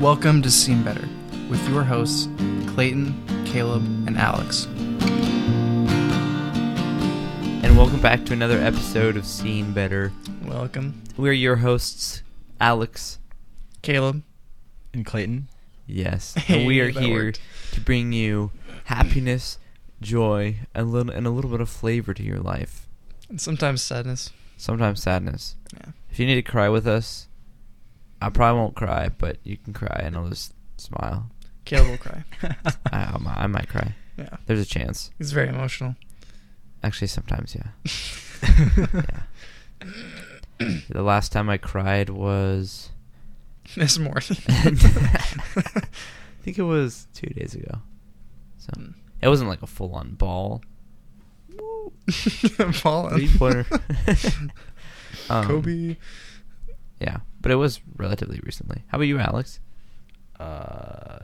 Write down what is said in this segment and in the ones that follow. Welcome to Seem Better with your hosts, Clayton, Caleb, and Alex. And welcome back to another episode of Seeing Better. Welcome, We're your hosts, Alex. Caleb. And Clayton. Yes. Hey, and we are that here worked. to bring you happiness, joy, a little and a little bit of flavor to your life. And sometimes sadness. Sometimes sadness. Yeah. If you need to cry with us, I probably won't cry, but you can cry and I'll just smile. Caleb will cry. I, I might- I might cry. Yeah. There's a chance. He's very emotional. Actually, sometimes, yeah. yeah. The last time I cried was Miss Morty. I think it was two days ago. So Hmm. it wasn't like a full on ball. Fallen. Three pointer. Um, Kobe. Yeah. But it was relatively recently. How about you, Alex? Uh,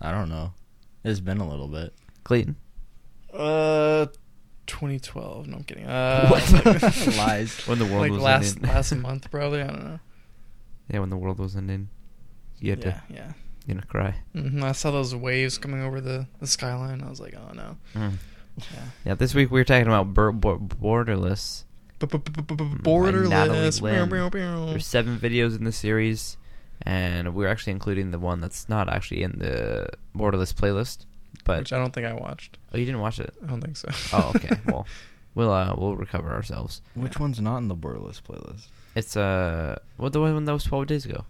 I don't know. It's been a little bit. Clayton? Uh, 2012. No, I'm kidding. Uh, What? Lies. When the world like was last ending. last month, probably. I don't know. Yeah, when the world was ending. You had yeah, to yeah. you know cry. hmm I saw those waves coming over the, the skyline. I was like, oh no. Mm. Yeah. Yeah, this week we were talking about bur- bor- borderless. Borderless. Mm, Natalie Lynn. There's seven videos in the series, and we're actually including the one that's not actually in the borderless playlist. But Which I don't think I watched. oh, you didn't watch it? I don't think so. Oh, okay. Well, we'll uh, we'll recover ourselves. Which one's not in the Borderless playlist? It's uh, what the one that was twelve days ago?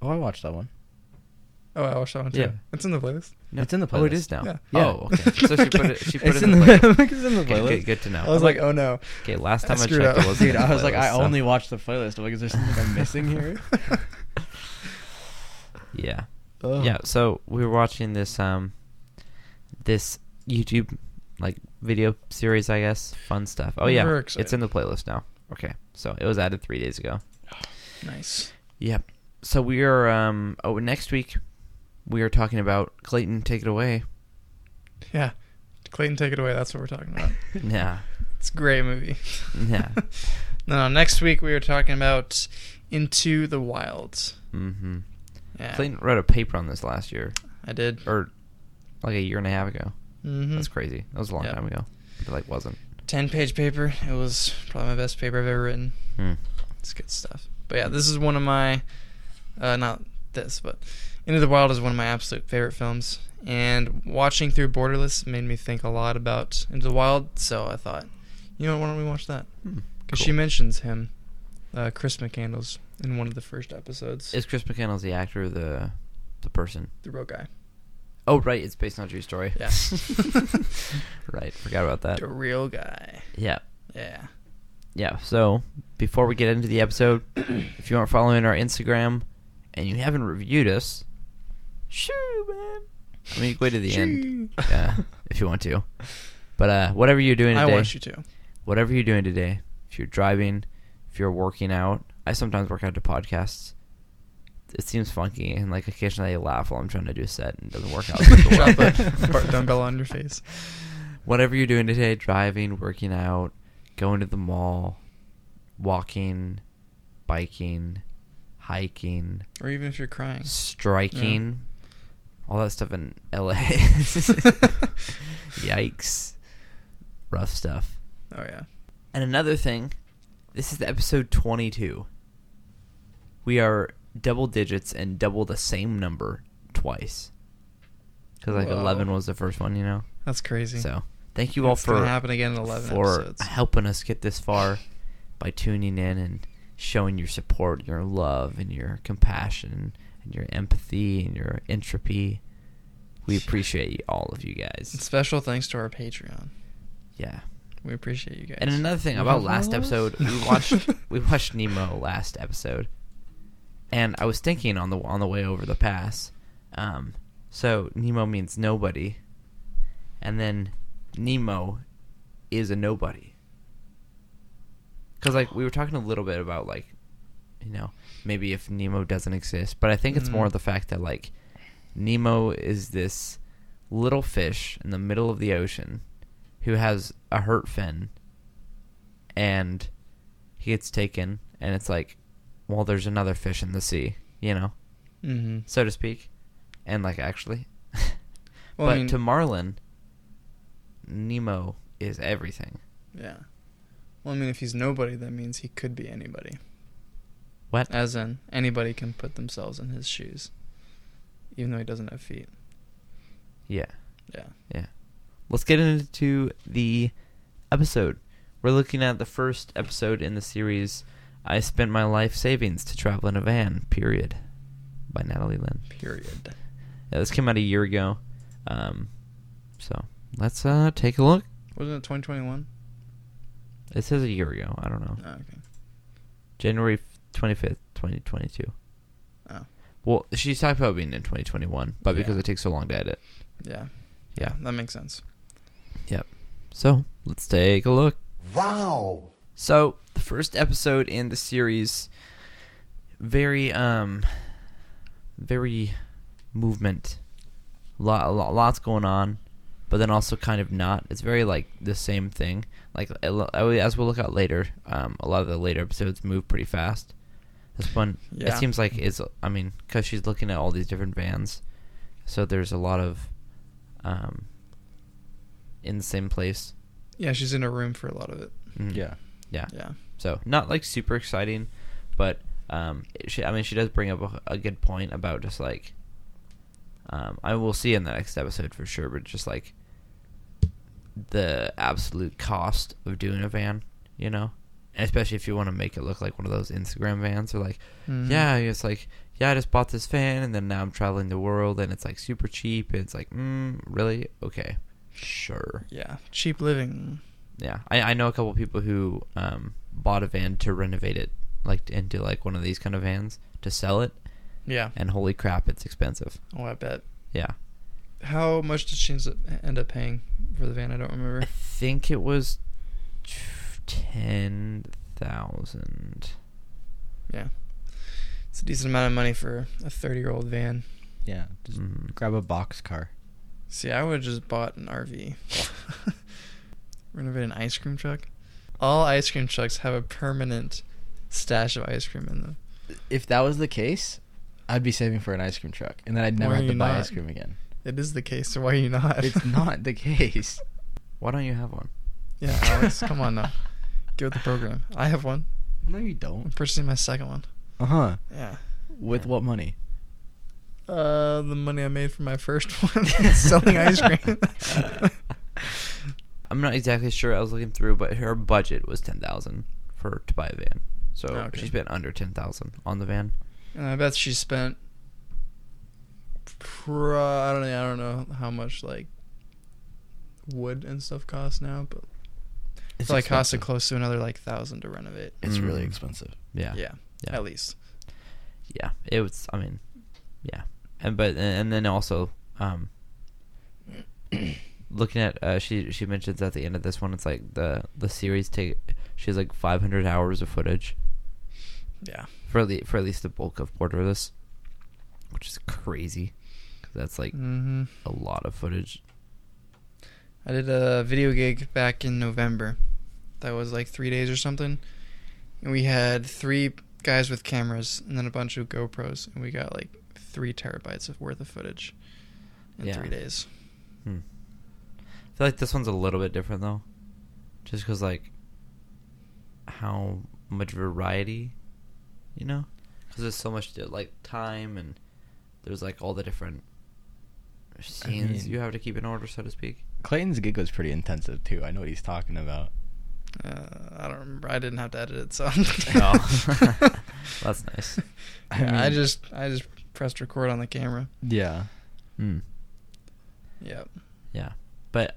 Oh, I watched that one. Oh, I watched that one too. Yeah. It's in the playlist. It's in the Oh, it playlist. is now. Yeah. Yeah. Oh, okay. So she put it. She put It's it in, in the the- playlist. it's in the Okay, Good, playlist. good to know. I was like, oh no. okay, last I time I, screwed checked, up. it wasn't. Dude, in the I was like, I playlist, so- only watched the playlist. I'm like, is there something I'm missing here? Yeah, Oh. Ugh. yeah. So we were watching this um, this YouTube like video series, I guess. Fun stuff. Oh yeah, We're it's in excited. the playlist now. Okay, so it was added three days ago. Nice. Yep. So we are um. Oh, next week we are talking about Clayton. Take it away. Yeah. Clayton, take it away. That's what we're talking about. Yeah. it's a great movie. Yeah. No, no, next week we are talking about Into the Wilds. Mm-hmm. Yeah. Clayton wrote a paper on this last year, I did. or like a year and a half ago. Mm-hmm. That's crazy. That was a long Yeah. time ago. It like wasn't. Ten page paper. It was probably my best paper I've ever written. Hmm. It's good stuff. But yeah, this is one of my, uh, not this, but Into the Wild is one of my absolute favorite films. And watching through Borderless made me think a lot about Into the Wild. So I thought, you know, why don't we watch that? Hmm. Because she Cool. mentions him, uh, Chris McCandles, in one of the first episodes. Is Chris McCandless the actor or the the person? the real guy. Oh right, it's based on a true story. Yeah. right. Forgot about that. the real guy. Yeah. Yeah. Yeah. So before we get into the episode, if you aren't following our Instagram and you haven't reviewed us, shoo man. I mean, you can wait to the end, Shoo. yeah, if you want to. But uh, whatever you're doing I today, want you to. whatever you're doing today, if you're driving, if you're working out, I sometimes work out to podcasts. It seems funky, and like occasionally I laugh while I'm trying to do a set and it doesn't work out. Drop a super well. bar- dumbbell on your face. Whatever you're doing today, driving, working out, going to the mall, walking, biking, hiking, Or even if you're crying. striking, all that stuff in LA. Yikes. Rough stuff. Oh, yeah. And another thing, this is episode 22. We are double digits and double the same number twice. Because like Whoa. 11 was the first one, you know. That's crazy. So thank you all It's for gonna happen again in 11 for episodes. helping us get this far by tuning in and showing your support, your love, and your compassion, and your empathy, and your entropy. We appreciate you- all of you And guys. Special thanks to our Patreon. Yeah. We appreciate you guys. And another thing You about have last followers? episode, we watched we watched Nemo last episode, and I was thinking on the on the way over the pass, um, so Nemo means nobody, and then Nemo is a nobody, because like we were talking a little bit about like, you know, maybe if Nemo doesn't exist, but I think it's more Mm. the fact that like Nemo is this little fish in the middle of the ocean who has a hurt fin and he gets taken and it's like well there's another fish in the sea you know Mm-hmm. so to speak, and like actually. Well, but I mean, to Marlin, Nemo is everything. yeah. Well, I mean, if he's nobody, that means he could be anybody. What? As in, anybody can put themselves in his shoes, even though he doesn't have feet. Yeah. Yeah. Yeah. Let's get into the episode. We're looking at the first episode in the series I spent my life savings to travel in a van, period. By Natalie Lynn. Period. Yeah, this came out a year ago. Um so let's uh take a look. Wasn't it 2021? It says a year ago, I don't know. Oh, okay. January twenty fifth, twenty twenty two. Oh. Well, she's talking about being in twenty twenty one, but because Yeah. it takes so long to edit. Yeah. Yeah. That makes sense. Yep. So let's take a look. Wow. So the first episode in the series, very um, very movement, lot, lot lots going on, but then also kind of not. It's very like the same thing. Like a lo- as we'll look at later, um, a lot of the later episodes move pretty fast. This one, it Yeah. seems like it's. I mean, because she's looking at all these different vans, so there's a lot of, um, in the same place. Yeah, she's in a room for a lot of it. Mhm. Yeah. Yeah. Yeah. So not like super exciting, but um, it- she, I mean, she does bring up a, a good point about just like, um, I will see in the next episode for sure, but just like the absolute cost of doing a van, you know, and especially if you want to make it look like one of those Instagram vans, or like, Mhm. yeah, it's like, yeah, I just bought this van, and then now I'm traveling the world, and it's like super cheap, and it's like, mm, really, okay, sure. Yeah. Cheap living. Yeah, I, I know a couple people who um, bought a van to renovate it, like into like one of these kind of vans to sell it, Yeah. and holy crap, it's expensive. Oh, I bet. Yeah, How much did she ends up- end up paying for the van? I don't I remember. think it was ten thousand. Yeah. It's a decent amount of money for a 30 year old van. Yeah. Just Mm. Mhm. grab a box car. See, I would have just bought an RV. Renovate an ice cream truck. All ice cream trucks have a permanent stash of ice cream in them. If that was the case, I'd be saving for an ice cream truck, and then I'd never Why have are to you buy not? ice cream again. It is the case, so why are you not? It's not the case. Why don't you have one? yeah, Alex, come on now. Go with the program. I have one. No, you I'm don't. purchasing my second one. Uh huh. Yeah. With what money? Uh, the money I made from my first one selling ice cream. I'm not exactly sure. I was looking through, but her budget was ten thousand for to buy a van, so Oh, Okay. she spent under ten thousand on the van. and I bet she spent. Pro- I don't know. I don't know how much like wood and stuff costs now, but it's like costs expensive. it close to another like thousand to renovate. It's really Mm. expensive. Yeah. yeah, Yeah. at least. yeah, it was. I mean, yeah, and but and then also, um, looking at uh, she she mentions at the end of this one, it's like the the series take she's like 500 hours of footage Yeah, for the for at least the bulk of Borderless, which is crazy. 'cause That's like hmm a lot of footage. I did a video gig back in November. That was like three days or something, and we had three guys with cameras and then a bunch of GoPros, and we got like three terabytes of worth of footage in Yeah. three days. Hmm. I feel like this one's a little bit different though, just because like how much variety, you know, because there's so much to, like time and there's like all the different scenes mean- you have to keep in order, so to speak. Clayton's gig was pretty intensive too. I know what he's talking about. Uh, I don't remember. I didn't have to edit it, so. Oh. That's nice. I I, yeah, I mean- just I just pressed record on the camera. Yeah. Mm. Yep. Yeah, but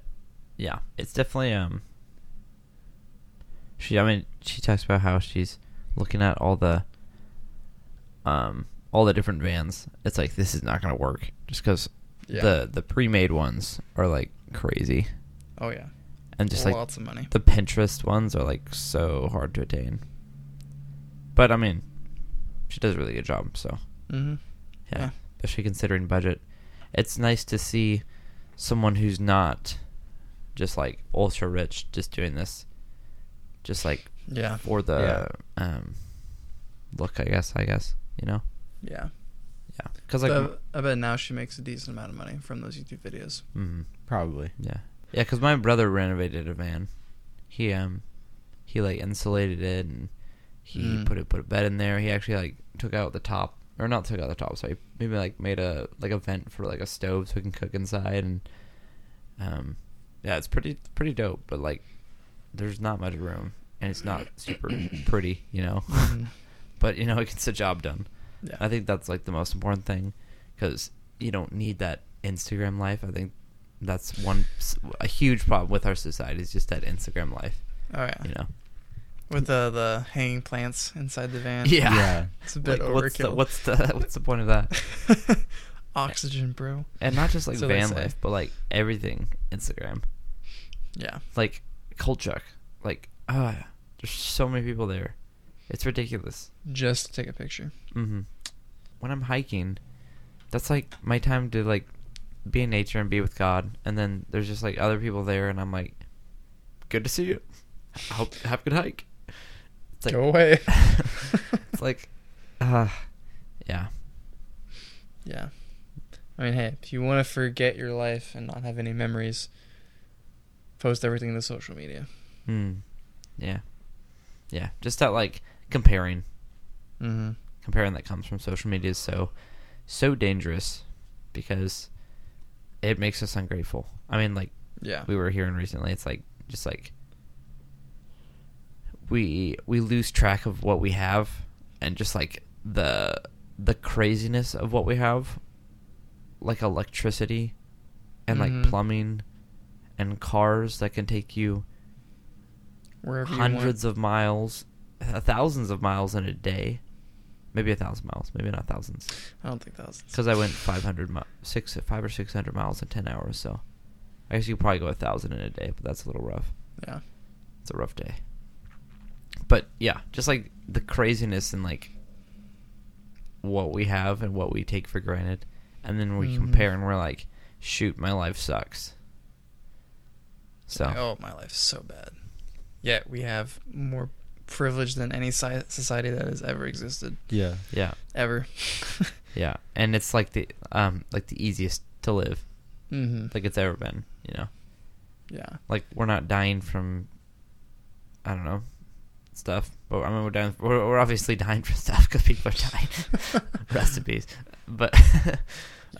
yeah, it's definitely um. She, I mean, she talks about how she's looking at all the um all the different vans. It's like this is not gonna work just because Yeah. the the pre-made ones are like crazy, oh yeah. and just like lots of money. the Pinterest ones are like so hard to attain. But I mean, she does a really good job, so hmm yeah, Yeah. especially considering budget. It's nice to see someone who's not just like ultra rich just doing this, just like Yeah. for the um, look. I guess. I guess you know. Yeah. Yeah, because like But I bet now she makes a decent amount of money from those YouTube videos. Mm-hmm. Probably. Yeah, yeah. Because my brother renovated a van. He um, he like insulated it and he Mm. put it put a bed in there. He actually like took out the top or not took out the top. Sorry, maybe like made a like a vent for like a stove so we can cook inside and um, yeah, it's pretty pretty dope. But like, there's not much room and it's not super pretty, you know. Mhm. but you know, it gets the job done. Yeah. I think that's like the most important thing because you don't need that Instagram life. I think that's one s- a huge problem with our society is just that Instagram life. Oh yeah. You know. With the the hanging plants inside the van. Yeah. Yeah. It's a bit Like, overkill. what's the what's the what's the point of that? Oxygen, bro. And not just like So they van say. life, but like everything Instagram. Yeah. Like Kolchak. Like ah, there's so many people there. It's ridiculous. Just to take a picture. hmm When I'm hiking, that's like my time to like be in nature and be with God. And then there's just like other people there, and I'm like, "Good to see you. I Hope have a good hike." It's like, Go away. it's like, uh, yeah, Yeah. I mean, hey, if you want to forget your life and not have any memories, post everything to social media. Hmm. yeah, yeah. Just that like comparing, Mm-hmm. comparing that comes from social media is so, so dangerous because it makes us ungrateful. I mean, like Yeah. we were hearing recently. It's like just like we we lose track of what we have and just like the the craziness of what we have, like electricity and Mhm. like plumbing and cars that can take you Wherever hundreds you of miles, uh, thousands of miles in a day. Maybe a thousand miles, maybe not thousands. want. I don't think thousands. Because I went 500 mi- six, five or 600 miles in 10 hours, so I guess you could probably go a thousand in a day, but that's a little rough. Yeah. It's a rough day. But yeah, just like the craziness and like what we have and what we take for granted, and then we Mhm. compare and we're like, shoot, my life sucks. So Like, oh, my life's so bad. Yet we have more privilege than any si- society that has ever existed, Yeah. yeah, ever. yeah, and it's like the um like the easiest to live mm-hmm. like it's ever been, you know. yeah. like we're not dying from I don't know stuff, but I mean we're dying. We're, we're obviously dying from stuff because people are dying. Recipes, but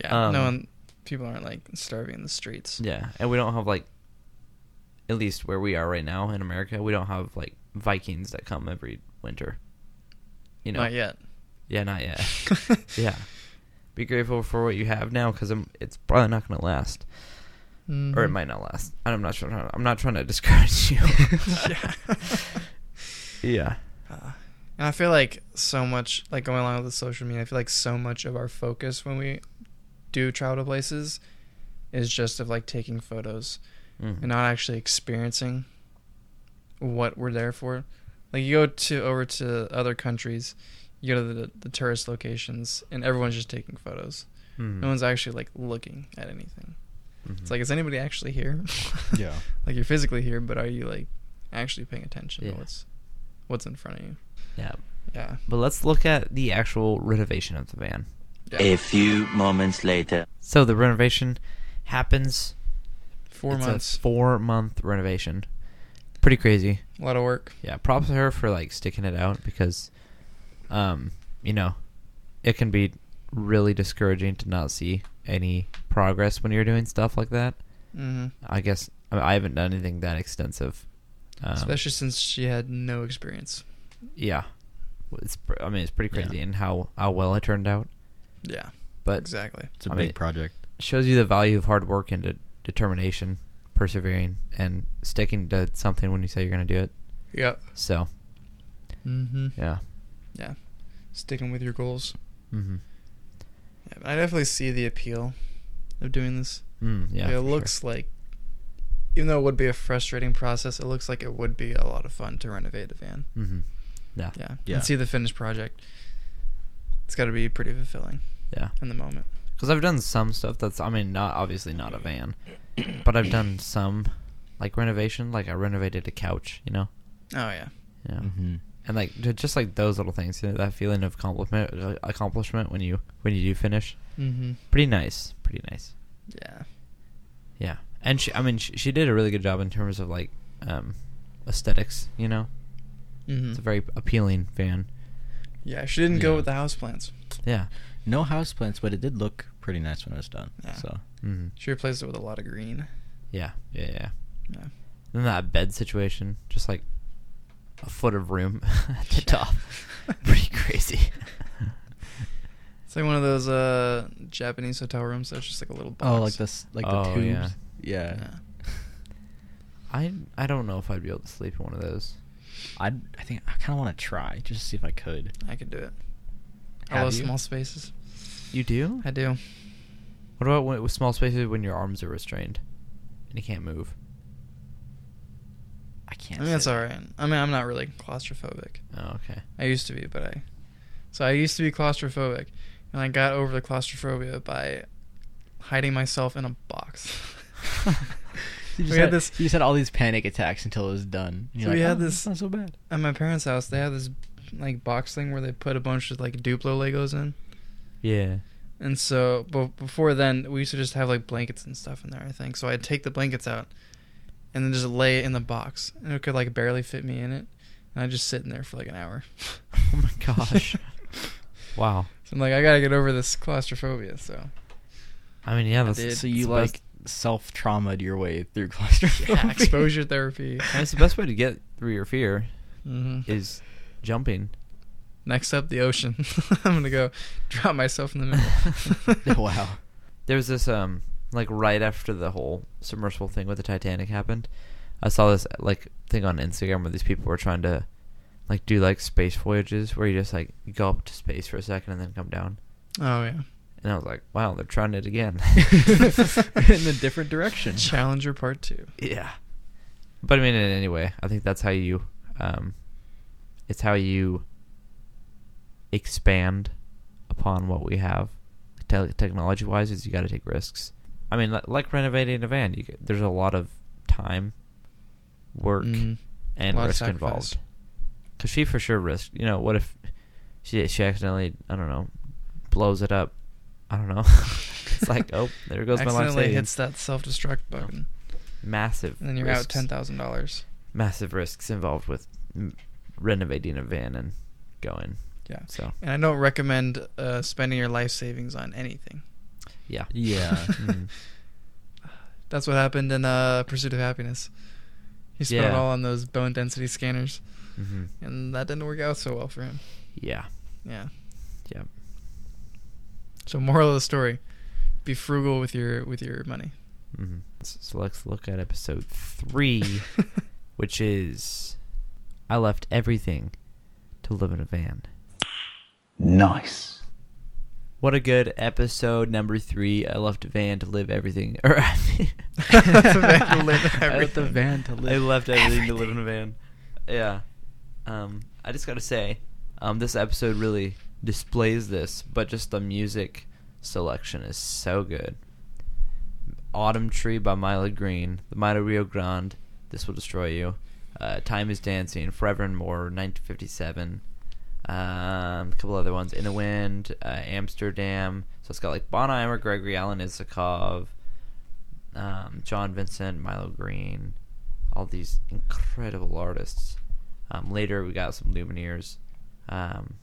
Yeah. no um, one. People aren't like starving in the streets. yeah, and we don't have like at least where we are right now in America, we don't have like Vikings that come every winter. You know, Not yet. yeah, not yet. yeah, be grateful for what you have now because it's probably not going to last. or it Mhm. might not last. I'm not sure. I'm not trying to discourage you. Yeah. yeah. Uh, and I feel like so much, like going along with the social media, I feel like so much of our focus when we do travel to places is just of like taking photos Mhm. and not actually experiencing what we're there for. Like you go to over to other countries, you go to the, the tourist locations, and everyone's just taking photos. Mhm. No one's actually like looking at anything. It's Mhm. like, is anybody actually here? Yeah. like you're physically here, but are you like actually paying attention Yeah. to what's what's in front of you? yeah. Yeah. But let's look at the actual renovation of the van. yeah. A few moments later. So the renovation happens Four it's months. A four month renovation. Pretty crazy. a lot of work. Yeah. Props to her for like sticking it out because, um, you know, it can be really discouraging to not see any progress when you're doing stuff like that. hmm I guess I I haven't done anything that extensive. Um, Especially since she had no experience. yeah. It's pr- I mean it's pretty Yeah. crazy in how how well it turned out. Yeah. But exactly. It's a I big mean- project. shows you the value of hard work and de- determination, persevering, and sticking to something when you say you're going to do it. Yep. So, Mm-hmm. yeah. Yeah. Sticking with your goals. Mm-hmm. Yeah, but I definitely see the appeal of doing this. Mm, yeah. Like, for it sure. looks like, even though it would be a frustrating process, it looks like it would be a lot of fun to renovate a van. Mhm. Yeah. Yeah. Yeah. And see the finished project. It's got to be pretty fulfilling Yeah. in the moment. Because I've done some stuff that's, I mean, not obviously not a van, but I've done some like renovation. Like I renovated a couch, you know? Oh yeah. Yeah. Mhm. and like ju- just like those little things, you know, that feeling of compliment, like, accomplishment when you when you do finish, Mm-hmm. pretty nice, pretty nice. Yeah. Yeah, and she, I mean, she, she did a really good job in terms of like um, aesthetics. You know, Mm-hmm. it's a very appealing van. yeah, she didn't go Yeah. with the houseplants. Yeah, No houseplants, but it did look pretty nice when it was done. Yeah. So hmm She replaced it with a lot of green. yeah, yeah, yeah. Yeah. Then that bed situation, just like a foot of room at the Yeah. top, pretty crazy. It's like one of those uh, Japanese hotel rooms that's just like a little box. oh, like this, like Oh, the tubes. yeah. Yeah. Yeah. I I don't know if I'd be able to sleep in one of those. I I think I kind of want to try just to see if I could. I could do it. I Have love you? small spaces. You do? I do. What about when, with small spaces when your arms are restrained and you can't move? I I can't. mean, say that's that. all right. I mean, I'm not really claustrophobic. Oh, okay. I used to be, but I. So I used to be claustrophobic, and I got over the claustrophobia by hiding myself in a box. You just we had had- this You just had all these panic attacks until it was done. And So we had "Oh, this- it's Not so bad. at my parents' house. They had this like box thing where they put a bunch of like Duplo Legos in, Yeah. and so but before then we used to just have like blankets and stuff in there. I think so. I'd take the blankets out, and then just lay it in the box, and it could like barely fit me in it, and I'd just sit in there for like an hour. Oh my gosh. wow. So I'm like, I gotta get over this claustrophobia. So I mean, yeah, that's did. it's so you the like best- self traumaed your way through claustrophobia. yeah, exposure therapy. I mean, it's the best way to get through your fear hmm is jumping. Next up, the ocean. I'm gonna go drop myself in the Oh, middle. wow. There was this um like right after the whole submersible thing with the Titanic happened, I saw this like thing on Instagram where these people were trying to like do like space voyages where you just like go up to space for a second and then come down. Oh yeah. And I was like, wow, they're trying it again. In a different direction. Challenger Part Two. yeah. But I mean, in any way, I think that's how you, um, it's how you expand upon what we have, te- technology wise. Is you got to take risks. I mean, li- like renovating a van, you, get- there's a lot of time, work, Mhm. and Lot of risk sacrifice. involved. Because she for sure risked. You know, what if she she accidentally, I don't know, blows it up? I don't know. it's like, oh, there goes my life Accidentally savings. Oh. hits that self-destruct button, Massive. and then you're out risks. ten thousand dollars. Massive risks involved with m- renovating a van and going. Yeah. So And I don't recommend uh, spending your life savings on anything. yeah. Yeah. Mm. That's what happened in uh, Pursuit of Happiness. He spent it Yeah. all on those bone density scanners, Mhm. and that didn't work out so well for him. Yeah. Yeah. Yeah. So moral of the story: be frugal with your with your money. Mhm. S- So let's look at episode three, which is I left everything to live in a van. Nice. What a good episode number three. I left a van to live everything. Or I mean, van to live I left the everything. van to live. I left everything, to live in a van. everything. Yeah. Um, I just gotta say, um, this episode really displays this, but just the music selection is so good. Autumn Tree by Mila Green, The Might of Rio Grande, This Will Destroy You, uh, Time is Dancing, Forever and More, 1957, um, a couple other ones, In the Wind, uh, Amsterdam. So it's got like Bonheimer, Gregory Alan Isakov, um, John Vincent, Milo Green, all these incredible artists. Um, later, we got some Lumineers, um,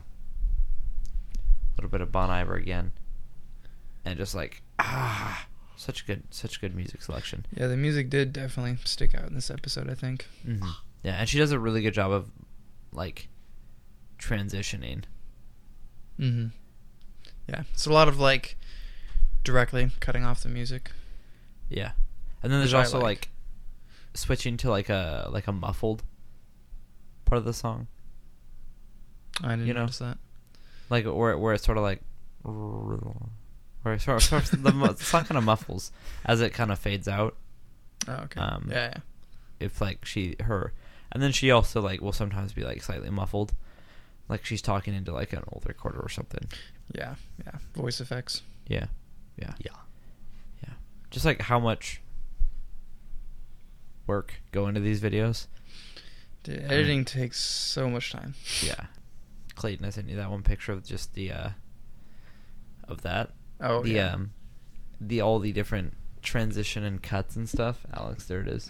a little bit of Bon Iver again, and just like ah, such good, such good music selection. Yeah, the music did definitely stick out in this episode. I think. Mm-hmm. Yeah, and she does a really good job of like transitioning. Mm-hmm. Yeah, it's a lot of like directly cutting off the music. Yeah, and then there's Which I also like. like switching to like a like a muffled part of the song. I didn't You know? notice that. like where where it's sort of like where it's sort of, sort of the mu- the song kind of muffles as it kind of fades out Oh, okay. Um, yeah, yeah. if like she her and then she also like will sometimes be like slightly muffled like she's talking into like an old recorder or something Yeah, yeah. Voice effects. yeah yeah Yeah. yeah just like how much work go into these videos Dude, editing takes so much time. Yeah. Clayton, I sent you that one picture of just the uh of that. Oh, the, yeah. um the all the different transition and cuts and stuff. Alex, there it is.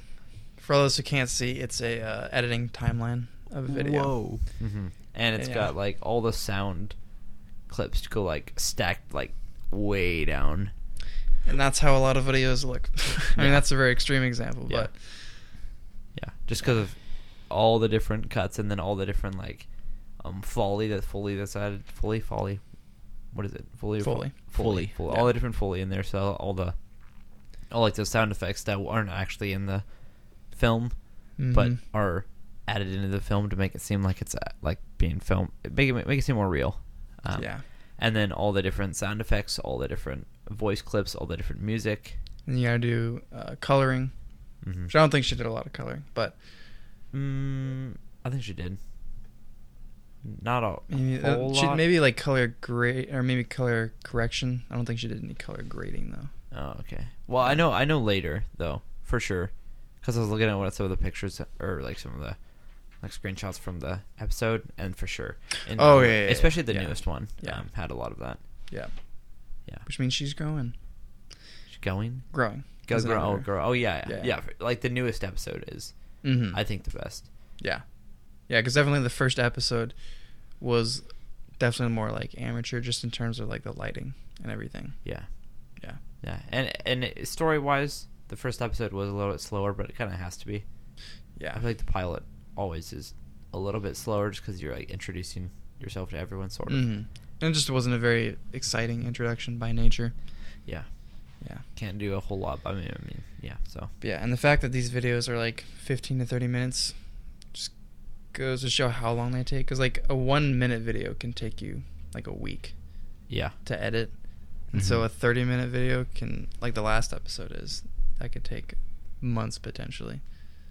For all those who can't see, it's a uh, editing timeline of a video. Mm-hmm. And it's Yeah. got like all the sound clips to go like stacked like way down. And that's how a lot of videos look. I mean, Yeah. that's a very extreme example, Yeah. but Yeah, just because of all the different cuts and then all the different like um foley that foley that's added foley foley what is it foley or fol- Foley. foley, Foley, foley yeah. all the different foley in there so all the all like the sound effects that aren't actually in the film but Mhm. are added into the film to make it seem like it's uh, like being filmed make it make it seem more real um, yeah. and then all the different sound effects all the different voice clips all the different music And you gotta do uh, coloring, Mhm. which I don't think she did a lot of coloring, but Mm, I think she did. Not a maybe, uh, whole she lot. maybe like color grade or maybe color correction. I don't think she did any color grading though. Oh, okay. Well, I know. I know later though, for sure, because I was looking at what some of the pictures or like some of the like screenshots from the episode, and for sure. And Oh, yeah, yeah, especially the yeah. newest one. Yeah. um, had a lot of that. Yeah, Yeah, which means she's growing, She's going. growing. Go girl, oh girl, oh yeah, yeah, Yeah. Like the newest episode is, Mm-hmm. I think, the best. Yeah, yeah, because definitely the first episode was definitely more like amateur, just in terms of like the lighting and everything. Yeah, Yeah, yeah. And and story wise, the first episode was a little bit slower, but it kind of has to be. I yeah, feel like the pilot always is a little bit slower just because you're like introducing yourself to everyone, sort of. hmm And it just wasn't a very exciting introduction by nature. Yeah, Yeah. can't do a whole lot. I mean, I mean, yeah. So But yeah, and the fact that these videos are like 15 to 30 minutes just goes to show how long they take. Because like a one minute video can take you like a week yeah, to edit. And so Mhm. a 30 minute video can, like the last episode is, that could take months potentially.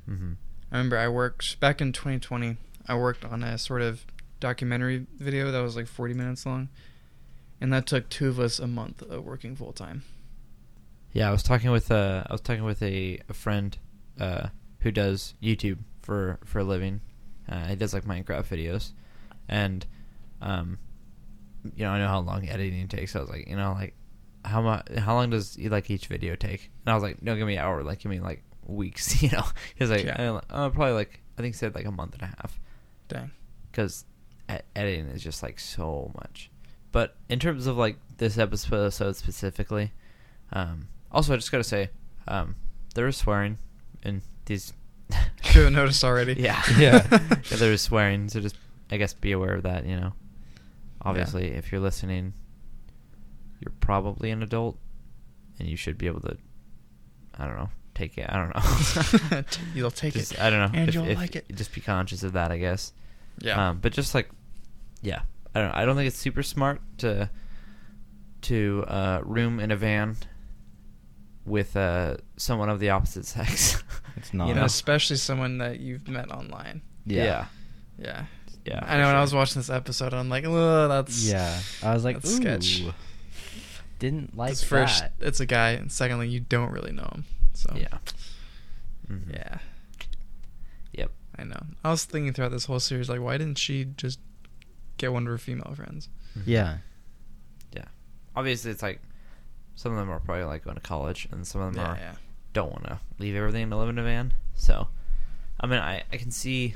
mm-hmm. I remember I worked back in 2020. I worked on a sort of documentary video that was like 40 minutes long, and that took two of us a month of working full time. yeah. I was talking with uh, I was talking with a, a friend uh, who does YouTube for for a living. Uh, he does like Minecraft videos, and um, you know, I know how long editing takes. I was like, you know, like how much, how long does e, like each video take? And I was like, no, give me an hour, like give me like weeks, you know. He was like, Yeah. I don't know, uh, probably like I think he said like a month and a half, Dang. because e-, editing is just like so much. But in terms of like this episode specifically, um, also I just gotta say, um, there was swearing in these. You haven't noticed already? Yeah. Yeah. yeah. There was swearing, so just I guess be aware of that. You know, obviously, if you're listening, you're probably an adult, and you should be able to. I don't know. Take it. I don't know. You'll take it, Just- I don't know. and If- you'll if- like it. Just be conscious of that, I guess. Yeah. Um, but just like, yeah, I don't. I don't think it's super smart to to uh, room in a van with uh, someone of the opposite sex. It's You not. and know? especially someone that you've met online. yeah. Yeah. Yeah, I know. When for I sure. was watching this episode, I'm like, oh, that's Yeah. I was like, that's sketch. "Ooh, Didn't like 'Cause first, that. it's a guy, and secondly, you don't really know him. So Yeah. Mhm. yeah, Yep. I know. I was thinking throughout this whole series, like, why didn't she just get one of her female friends? Yeah. Yeah. Obviously, it's like some of them are probably like going to college, and some of them are yeah. don't want to leave everything and live in a van. So, I mean, I, I can see.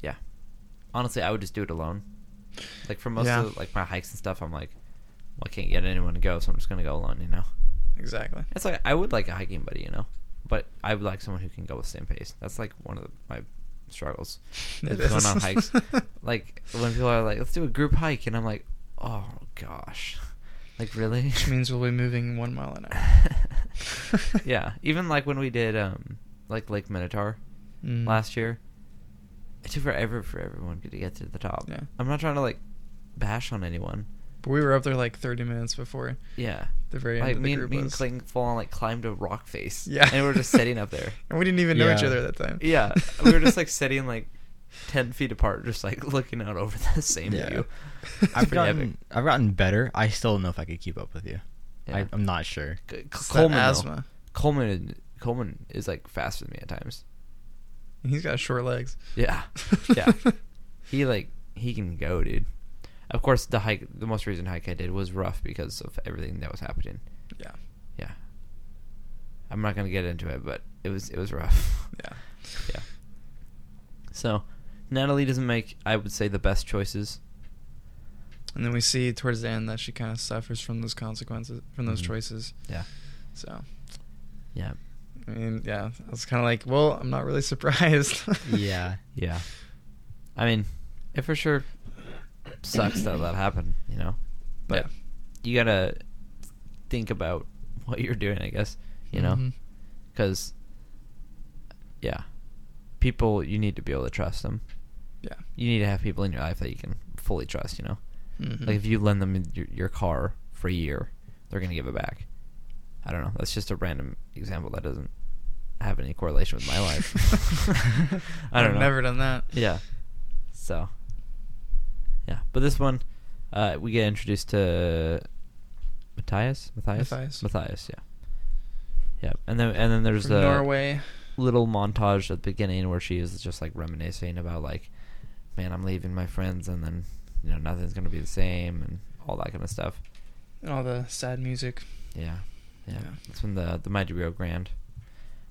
Yeah, honestly, I would just do it alone. Like for most Yeah. of like my hikes and stuff, I'm like, well, I can't get anyone to go, so I'm just gonna go alone. You know, Exactly. it's like I would like a hiking buddy, you know, but I would like someone who can go with the same pace. That's like one of the, my struggles It is going is. on hikes. like when people are like, let's do a group hike, and I'm like, oh gosh, like really? Which means we'll be moving one mile an hour. yeah, even like when we did um like Lake Minotaur Mm. last year, it took forever for everyone to get to the top. Yeah. I'm not trying to like bash on anyone. But we were up there like 30 minutes before Yeah, the very end like of the me, and group me and was. Clayton Fallen like climbed a rock face. Yeah. and we were just sitting up there. And we didn't even know each Yeah. other at that time. Yeah, we were just like sitting like ten feet apart, just like looking out over the same Yeah. view. I've pretty epic. gotten I've gotten better. I still don't know if I could keep up with you. Yeah. I, I'm not sure. C- It's that Coleman though. asthma. Coleman Coleman is like faster than me at times. And he's got short legs. Yeah. Yeah. he like he can go, dude. Of course, the hike, the most recent hike I did was rough because of everything that was happening. yeah. Yeah, I'm not gonna get into it, but it was it was rough. Yeah. yeah. So, Natalie doesn't make, I would say, the best choices. And then we see towards the end that she kind of suffers from those consequences, from those Mhm. choices. Yeah. So, Yeah. I mean, yeah, I was kind of like, well, I'm not really surprised. Yeah. Yeah. I mean, it for sure sucks that that happened, you know? But Yeah. you gotta think about what you're doing, I guess, you know? Mhm. Because, yeah, people, you need to be able to trust them. Yeah. You need to have people in your life that you can fully trust, you know? Mhm. Like if you lend them your, your car for a year, they're gonna give it back. I don't know. That's just a random example that doesn't have any correlation with my life. I don't I've know. never done that. Yeah. So. Yeah, but this one, uh, we get introduced to Matthias. Matthias. Matthias. Matthias. Yeah. Yeah, and then and then there's From the Norway. little montage at the beginning where she is just like reminiscing about like, man, I'm leaving my friends, and then you know nothing's gonna be the same, and all that kind of stuff. and all the sad music. Yeah, yeah. Yeah. That's when the the Mighty Rio Grande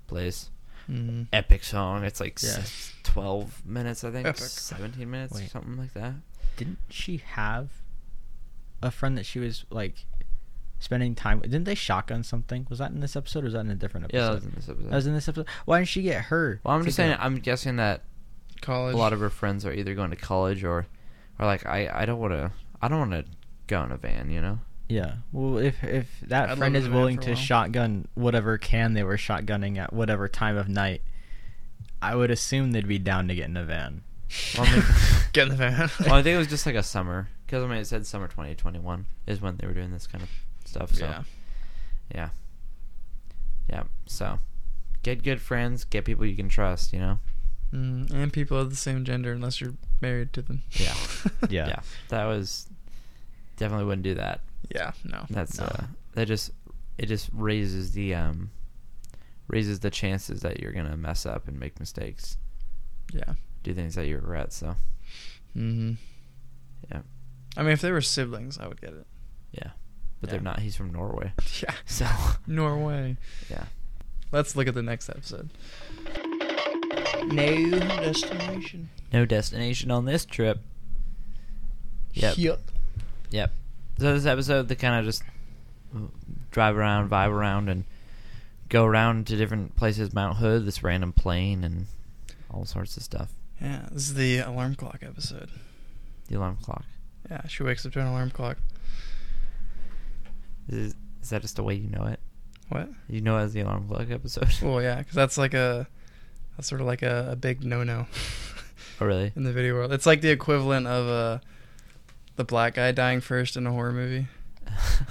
plays. Mhm. Epic song. It's like Yeah. s- twelve minutes, I think, Epic. seventeen minutes, or Wait. something like that. Didn't she have a friend that she was like spending time with? Didn't they shotgun something? Was that in this episode or was that in a different episode? Yeah, that was in this episode. That was in this episode. Why didn't she get her? well, I'm to just go? saying. I'm guessing that College. a lot of her friends are either going to college or, or like I I don't want to I don't want to go in a van, you know. Yeah. Well, if if that I'd friend live is in a van willing for a to while. shotgun whatever can they were shotgunning at whatever time of night, I would assume they'd be down to get in a van. Well, I mean- Get in the van. well, I think it was just like a summer because I mean it said summer 2021 is when they were doing this kind of stuff. So Yeah. yeah, yeah, yeah. So get good friends, get people you can trust. You know. Mm, and people of the same gender, unless you're married to them. Yeah. Yeah. yeah. That was definitely wouldn't do that. yeah. No. That's no. uh, that just it just raises the um raises the chances that you're gonna mess up and make mistakes, Yeah. do things that you regret. So hmm yeah, I mean, if they were siblings, I would get it. yeah, but Yeah. they're not. He's from Norway, Yeah. so Norway. yeah. Let's look at the next episode. No destination. No destination on this trip. Yep. Yep. So this episode, they kind of just uh, drive around, vibe around, and go around to different places. Mount Hood, this random plane, and all sorts of stuff. Yeah. This is the alarm clock episode. The alarm clock. Yeah. She wakes up to an alarm clock. Is, is that just the way you know it? What? You know it as the alarm clock episode? Well, yeah, because that's like a, that's sort of like a, a big no-no Oh, really? in the video world. It's like the equivalent of uh, the black guy dying first in a horror movie.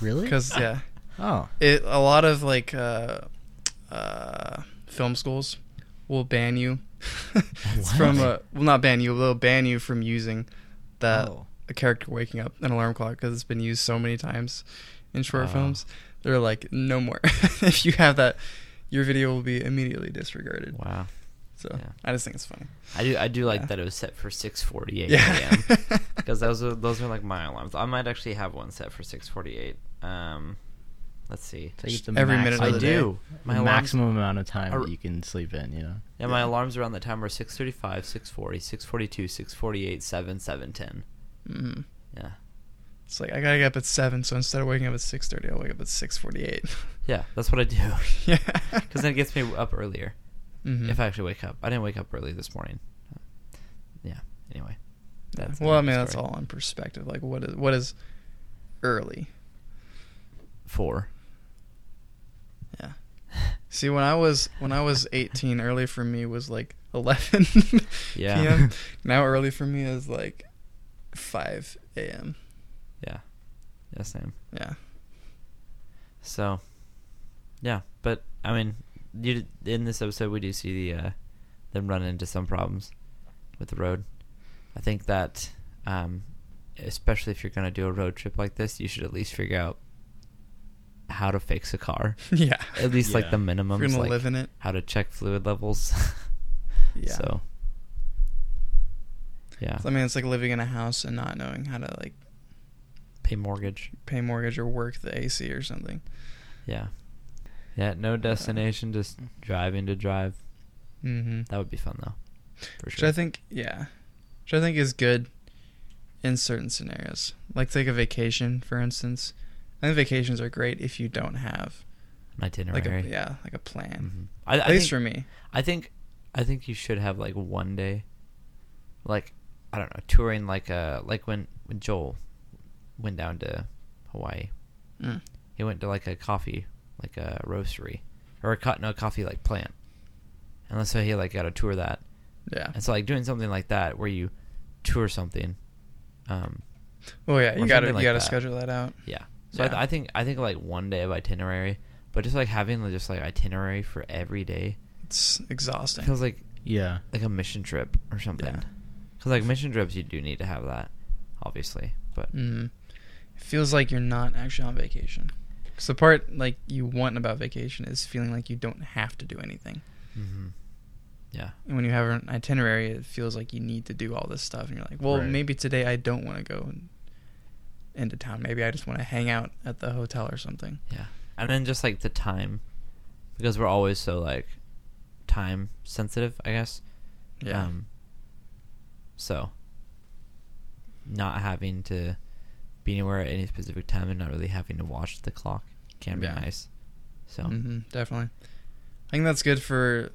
Really? Because yeah, Oh. it a lot of like uh, uh, film schools will ban you from uh, well not ban you they'll ban you from using that Oh. a character waking up an alarm clock because it's been used so many times in short Oh. films. They're like no more. if you have that, your video will be immediately disregarded. Wow. So Yeah. I just think it's funny. I do I do like Yeah. that it was set for 6:48 Yeah. a.m. because those are those are like my alarms. I might actually have one set for 6:48. Um, let's see. So you get the Every max- minute of I the day. do. The My alarms, maximum amount of time Ar- that you can sleep in, you know. Yeah, my Yeah. alarms around the time were 6:35, 6:40, 6:42, 6:48, 7, 7:10. Mhm. Yeah. It's like I gotta get up at seven, so instead of waking up at six thirty, I'll wake up at six forty-eight. Yeah, that's what I do. yeah, Cuz then it gets me up earlier. Mhm. If I actually wake up. I didn't wake up early this morning. Yeah. Anyway. Yeah. that's well, I another mean that's story. all on perspective. Like what is what is early? 4. Yeah. See, when I was when I was eighteen, early for me was like eleven Yeah. p.m. Now early for me is like five a.m. Yeah. Yeah, same. Yeah. So, yeah, but I mean, you in this episode we do see the uh, them run into some problems with the road. I think that, um, especially if you're gonna do a road trip like this, you should at least figure out how to fix a car. yeah. At least like Yeah. the If minimum. you're gonna live in it. How to check fluid levels. Yeah. So. Yeah. I mean, it's like living in a house and not knowing how to like Pay mortgage. pay mortgage or work the AC or something. Yeah. Yeah. No destination. Just driving to drive. Mm-hmm. That would be fun though. For Which sure. I think, yeah, which I think is good in certain scenarios. Like take a vacation, for instance. I think vacations are great if you don't have An itinerary. like a yeah like a plan. Mhm. I, At I least think, for me, I think I think you should have like one day, like I don't know, touring like uh like when when Joel went down to Hawaii, Mm. he went to like a coffee like a roastery or a co- no a coffee like plant, and so he like got to tour that, yeah. and so like doing something like that where you tour something, um Oh yeah, you or gotta something like you gotta that. schedule that out. yeah. So I, th- Yeah. I think I think like one day of itinerary, but just like having just like itinerary for every day It's exhausting. feels like Yeah. like a mission trip or something. Yeah. Because like mission trips, you do need to have that, obviously. But Mm. It feels like you're not actually on vacation. Because the part like you want about vacation is feeling like you don't have to do anything. Mhm. yeah, And when you have an itinerary, it feels like you need to do all this stuff, and you're like, well, Right. maybe today I don't want to go in- into town. Maybe I just want to hang out at the hotel or something. yeah, and then just like the time, because we're always so like time sensitive, I guess. Um, Yeah. so not having to be anywhere at any specific time and not really having to watch the clock can be Yeah. nice. So hmm definitely. I think that's good for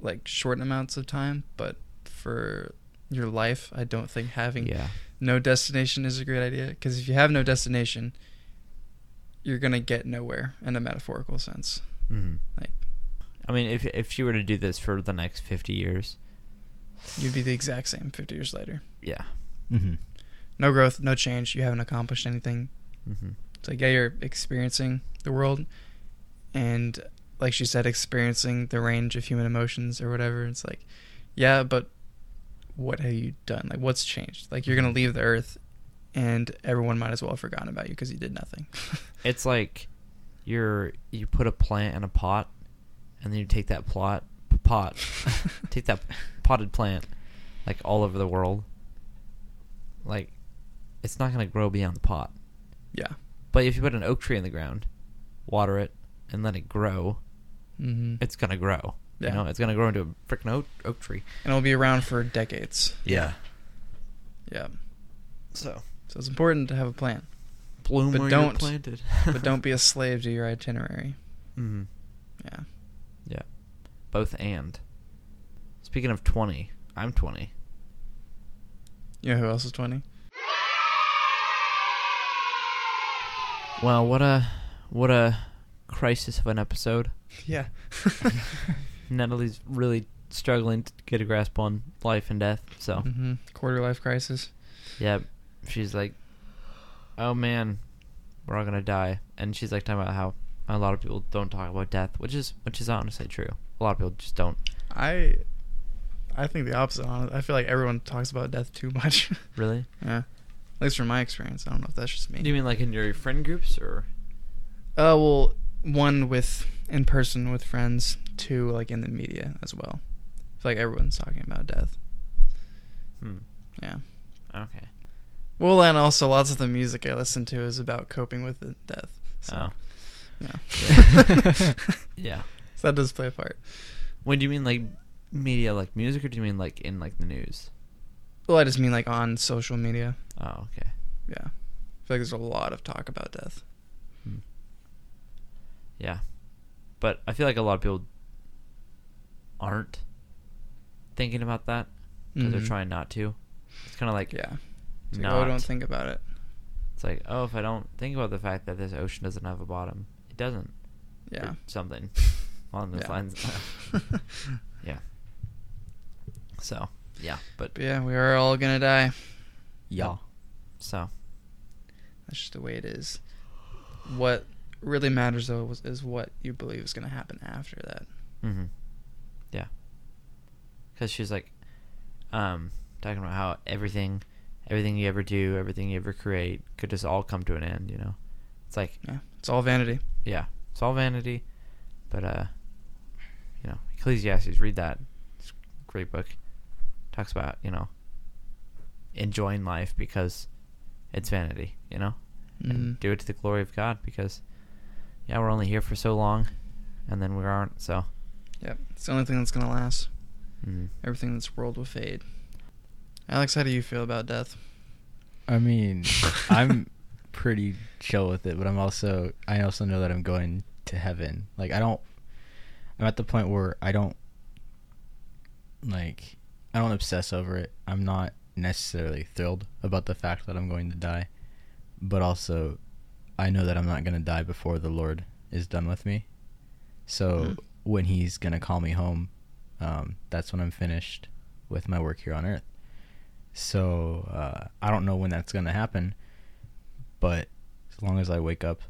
like short amounts of time, but for your life, I don't think having yeah, no destination is a great idea because if you have no destination, you're gonna get nowhere in a metaphorical sense. hmm Like I mean, if if she were to do this for the next fifty years, you'd be the exact same 50 years later. yeah. Mm-hmm. No growth, no change. You haven't accomplished anything. hmm It's like yeah, you're experiencing the world, and like she said, experiencing the range of human emotions or whatever. It's like, yeah, but what have you done? Like, what's changed? Like, you're Mm-hmm. gonna leave the earth, and everyone might as well have forgotten about you because you did nothing. It's like you're you put a plant in a pot, and then you take that plot pot, take that potted plant, like all over the world. Like, it's not gonna grow beyond the pot. yeah. But if you put an oak tree in the ground, water it, and let it grow, Mm-hmm. it's gonna grow. Yeah. You know, it's gonna grow into a freaking oak, oak tree. and it'll be around for decades. Yeah. Yeah. So So it's important to have a plan, bloom But where you're don't- planted. but don't be a slave to your itinerary. hmm Yeah. Yeah. Both and. Speaking of twenty, I'm twenty. You know who else is 20? Well, what a what a crisis of an episode. Yeah. Natalie's really struggling to get a grasp on life and death. So hmm Quarter life crisis. yeah, she's like, "Oh man, we're all gonna die," and she's like talking about how a lot of people don't talk about death, which is which is honestly true. A lot of people just don't I I think the opposite. hon- I feel like everyone talks about death too much. really. yeah. At least from my experience. I don't know if that's just me. Do you mean like in your friend groups or? Uh, well, one with in person with friends, two like in the media as well. I feel like everyone's talking about death. Hmm. Yeah. Okay. Well, and also lots of the music I listen to is about coping with the death. So, So. yeah. Yeah. Yeah. so that does play a part. When do you mean like media, like music, or do you mean like in like the news? Well, I just mean like on social media. Oh, okay. Yeah. I feel like there's a lot of talk about death. Hmm. Yeah. But I feel like a lot of people aren't thinking about that because Mhm. they're trying not to. It's kind of like Yeah. It's like, not. oh, don't think about it. it's like, oh, if I don't think about the fact that this ocean doesn't have a bottom, it doesn't. or Yeah. something along those Yeah. lines. yeah. So, yeah, but But yeah, we are all going to die. Yeah. so That's just the way it is. What really matters, though, is, is what you believe is going to happen after that. Mm-hmm. Yeah. Because she's like, um, talking about how everything, everything you ever do, everything you ever create, could just all come to an end. You know, it's like, Yeah. It's all vanity. yeah, it's all vanity. But uh, you know, Ecclesiastes, read that. great book. Talks about you know enjoying life because it's vanity, you know, and Mhm. do it to the glory of God because yeah, we're only here for so long, and then we aren't. So Yep. It's the only thing that's gonna last. mm. Everything in this world will fade. Alex, how do you feel about death? I mean, I'm pretty chill with it, but I'm also I also know that I'm going to heaven. Like I don't I'm at the point where I don't like I don't obsess over it. I'm not necessarily thrilled about the fact that I'm going to die, but also I know that I'm not going to die before the Lord is done with me. So Mhm. when he's going to call me home, um, that's when I'm finished with my work here on earth. So uh, I don't know when that's going to happen, but as long as I wake up,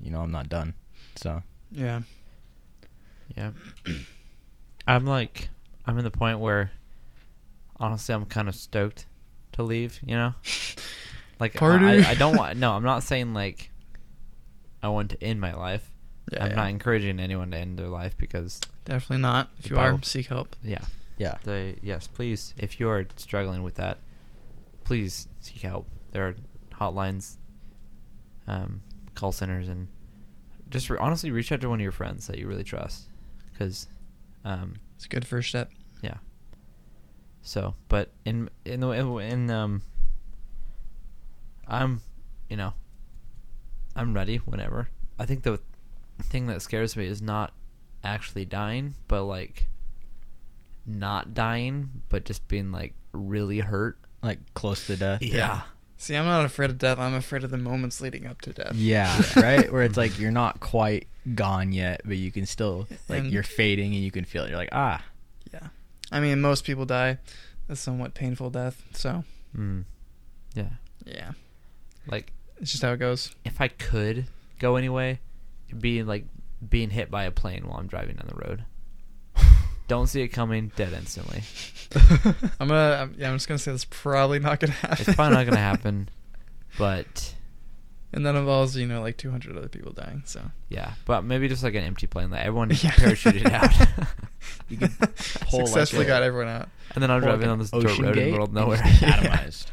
you know, I'm not done. So Yeah. yeah, I'm like I'm in the point where honestly I'm kind of stoked to leave, you know. Like I, Party. I- I don't want. No, I'm not saying like I want to end my life. Yeah, I'm yeah. not encouraging anyone to end their life because Definitely not. If The you are, Bible- seek help. yeah, yeah, they yes, please. If you are struggling with that, please seek help. There are hotlines, um, call centers, and just re- honestly reach out to one of your friends that you really trust, because, um, It's a good first step. yeah. So, but in in the in um, I'm, you know, I'm ready whenever. I think the thing that scares me is not actually dying, but like not dying, but just being like really hurt. like close to Uh, death. See, I'm not afraid of death. I'm afraid of the moments leading up to death. Yeah, right? Where it's like you're not quite gone yet, but you can still like And- you're fading and you can feel it. You're like, ah, Yeah. I mean, most people die a somewhat painful death. So, Mm. Yeah. yeah. Like It's just how it goes. if I could go anyway, it'd be like being hit by a plane while I'm driving down the road. Don't see it coming, dead instantly. I'm gonna. I'm, yeah, I'm just gonna say that's probably not gonna happen. It's probably not gonna happen, but and that involves you know like 200 other people dying. So yeah. But maybe just like an empty plane, like everyone Yeah. parachuted out, you can pull like successfully a- got everyone out. and then I'm pull like driving an on this dirt ocean road in gate the middle of and nowhere. just Yeah. Atomized.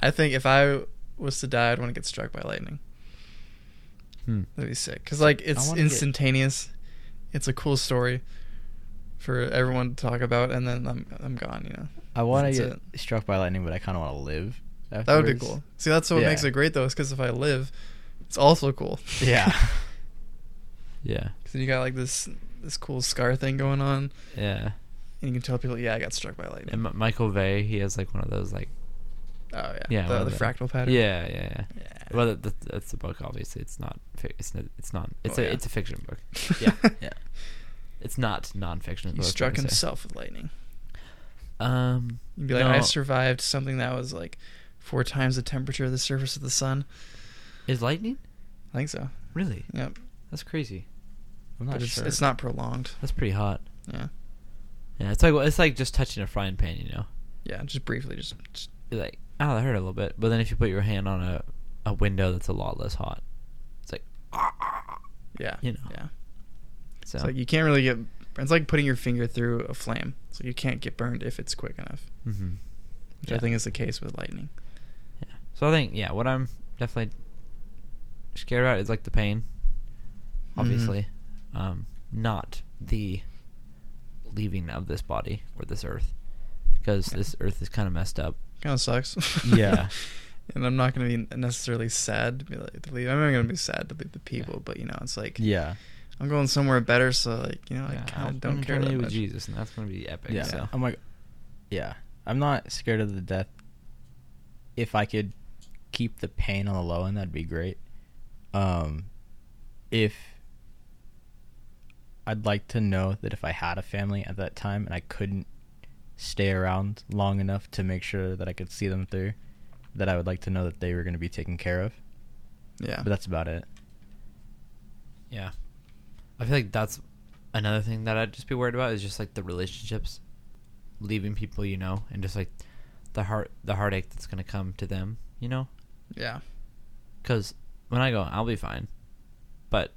I think if I was to die, I'd want to get struck by lightning. Hmm. That'd be sick. Cause like it's wanna get- instantaneous. It's a cool story for everyone to talk about, and then I'm I'm gone. You know. I want to That's get struck by lightning, but I kind of want to live. That would be afterwards. cool. See, that's what Yeah. makes it great though, is because if I live, it's also cool. Yeah. Yeah, Cause then you got like this this cool scar thing going on, yeah. and you can tell people, yeah, I got struck by lightning. And M- Michael Bay, he has like one of those like Oh yeah. yeah, one The, of the fractal pattern. Yeah, yeah, yeah. Yeah. Well, that, that, that's the book. Obviously, it's not. fi- It's not. It's not. It's Oh, a. yeah. It's a fiction book. yeah. It's not nonfiction. is You what I was struck trying to say. himself with lightning. Um, You'd be like, I no, survived something that was like four times the temperature of the surface of the sun. Is lightning I think so. really? Yep. That's crazy. I'm But not it's, sure. it's not prolonged. That's pretty hot. Yeah. Yeah, it's like it's like just touching a frying pan, you know. Yeah. Just briefly. Just. just You're like, oh, that hurt a little bit. But then if you put your hand on a, a window that's a lot less hot, it's like yeah. You know. Yeah. so. It's like you can't really get. It's like putting your finger through a flame. So you can't get burned if it's quick enough, hmm which I Yeah. think is the case with lightning. Yeah. So I think yeah, what I'm definitely scared about is like the pain, Mhm. obviously, um, not the leaving of this body or this earth, because Yeah. this earth is kind of messed up. Kind of sucks. Yeah. and I'm not gonna be necessarily sad to, be like, to leave. I'm not gonna be sad to leave the people, but you know, it's like yeah. I'm going somewhere better, so like you know, Yeah, I kind I'm of don't on a care journey that with much. Um, Jesus, and that's gonna be epic. Yeah. So. I'm like, yeah. I'm not scared of the death. If I could keep the pain on the low end, that'd be great. Um, if I'd like to know that if I had a family at that time and I couldn't stay around long enough to make sure that I could see them through, that I would like to know that they were going to be taken care of. Yeah. But that's about it. Yeah. I feel like that's another thing that I'd just be worried about is just like the relationships, leaving people you know, and just like the heart, the heartache that's gonna come to them, you know. yeah. Because when I go, I'll be fine, but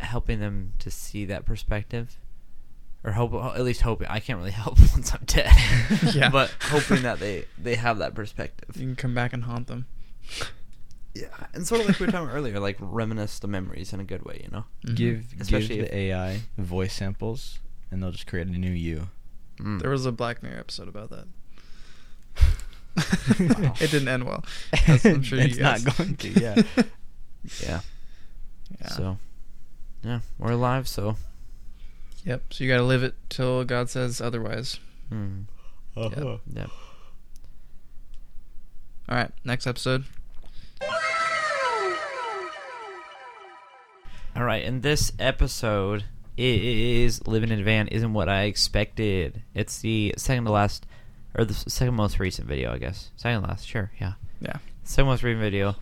helping them to see that perspective or hope at least hoping. I can't really help once I'm dead. Yeah. But hoping that they they have that perspective. You can come back and haunt them. Yeah, and sort of like we were talking earlier, like reminisce the memories in a good way, you know. Mhm. Give Especially give if- the AI voice samples, and they'll just create a new you. Hmm. Mm. There was a Black Mirror episode about that. Wow. it didn't end well. That's- I'm sure you It's not guys- going to, yeah. yeah. Yeah. So, yeah, we're alive. So, Yep. So you gotta live it till God says otherwise. mm, Uh-huh. yeah. All right. Next episode. All right, and this episode is living in a van isn't what I expected. It's the second to last, or the second most recent video, I guess. Second to last, sure, yeah. Yeah. Second most recent video.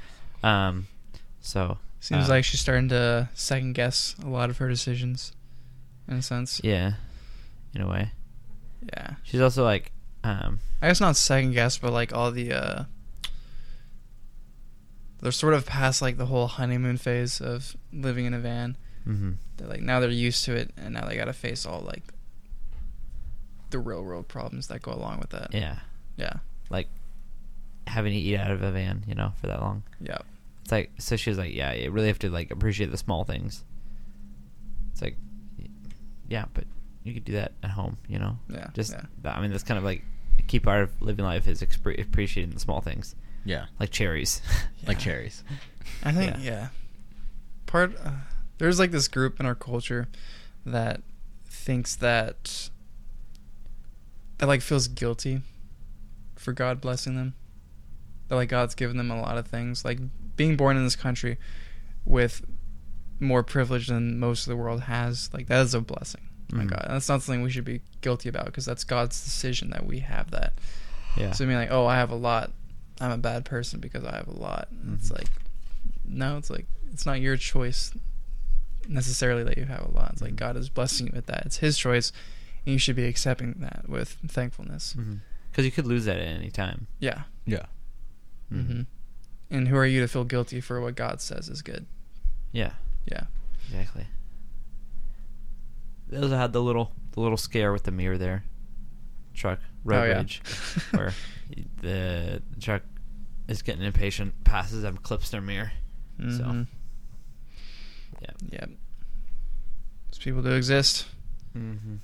Um, so Seems uh, like she's starting to second guess a lot of her decisions, in a sense. yeah, in a way. Yeah. She's also like, um, I guess not second guess, but like all the uh they're sort of past like the whole honeymoon phase of living in a van. hmm They're like now they're used to it and now they gotta face all like the real world problems that go along with that. yeah, Yeah. like having to eat out of a van, you know, for that long. Yeah. It's like so she's like, yeah, you really have to like appreciate the small things. It's like, y- yeah, but you could do that at home, you know. Yeah, Just yeah. that- I mean, that's kind of like a key part of living life is expre- appreciating the small things, Yeah. like cherries. Like Yeah. cherries. I think Yeah. yeah. Part uh, there's like this group in our culture that thinks that that like feels guilty for God blessing them. That like God's given them a lot of things, like being born in this country with more privilege than most of the world has. Like that is a blessing. My Mhm. God, and that's not something we should be guilty about because that's God's decision that we have that. yeah. So I mean, like, oh, I have a lot. I'm a bad person because I have a lot. And It's Mhm. like, no, it's like it's not your choice necessarily that you have a lot. It's like Mhm. God is blessing you with that. It's His choice, and you should be accepting that with thankfulness. Mm-hmm. Because you could lose that at any time. Yeah. Yeah. Mm-hmm. hmm And who are you to feel guilty for what God says is good? Yeah. Yeah. Exactly. Those had the little the little scare with the mirror there. Truck road Oh, yeah. rage, where the, the truck is getting impatient, passes them, clips their mirror. Mhm. So yeah. Yep. These people do exist. Mm-hmm.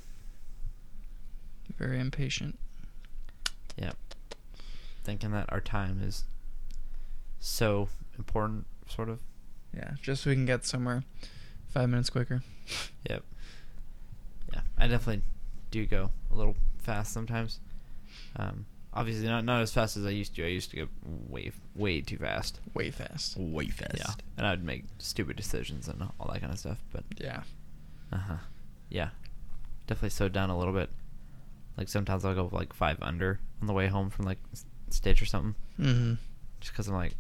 Very impatient. Yeah. Thinking that our time is so important, sort of. Yeah. Just so we can get somewhere five minutes quicker. Yep. Yeah, I definitely do go a little fast sometimes. Um, obviously not not as fast as I used to. I used to go way way too fast. Way fast. Way fast. Yeah, and I'd make stupid decisions and all that kind of stuff. But Yeah. uh huh, yeah, definitely slowed down a little bit. Like sometimes I'll go like five under on the way home from like s- stage or something. hmm just because I'm like,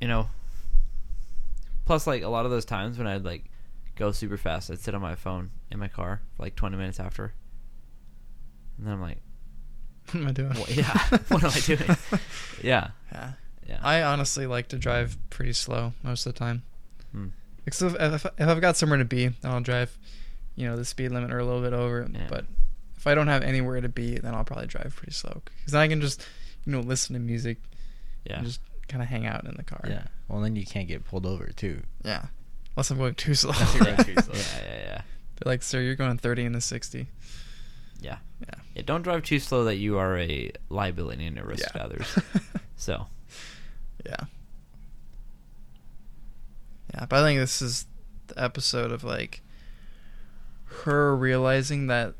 you know. Plus, like a lot of those times when I'd like go super fast, I'd sit on my phone in my car for like 20 minutes after, and then I'm like, What am I doing? well, yeah, what am I doing? yeah, Yeah. yeah. I honestly like to drive pretty slow most of the time. Hmm. Except if, if I've got somewhere to be, then I'll drive, you know, the speed limit or a little bit over. Yeah. But if I don't have anywhere to be, then I'll probably drive pretty slow. Because then I can just, you know, listen to music yeah, and just kind of hang out in the car. Yeah. Well, then you can't get pulled over too. Yeah. Unless I'm going too slow. Unless you're going too slow. yeah, yeah, yeah, They're like, sir, you're going 30 in the 60. yeah. Yeah. Yeah, don't drive too slow that you are a liability and a risk to others. so, Yeah. Yeah, but I think this is the episode of like her realizing that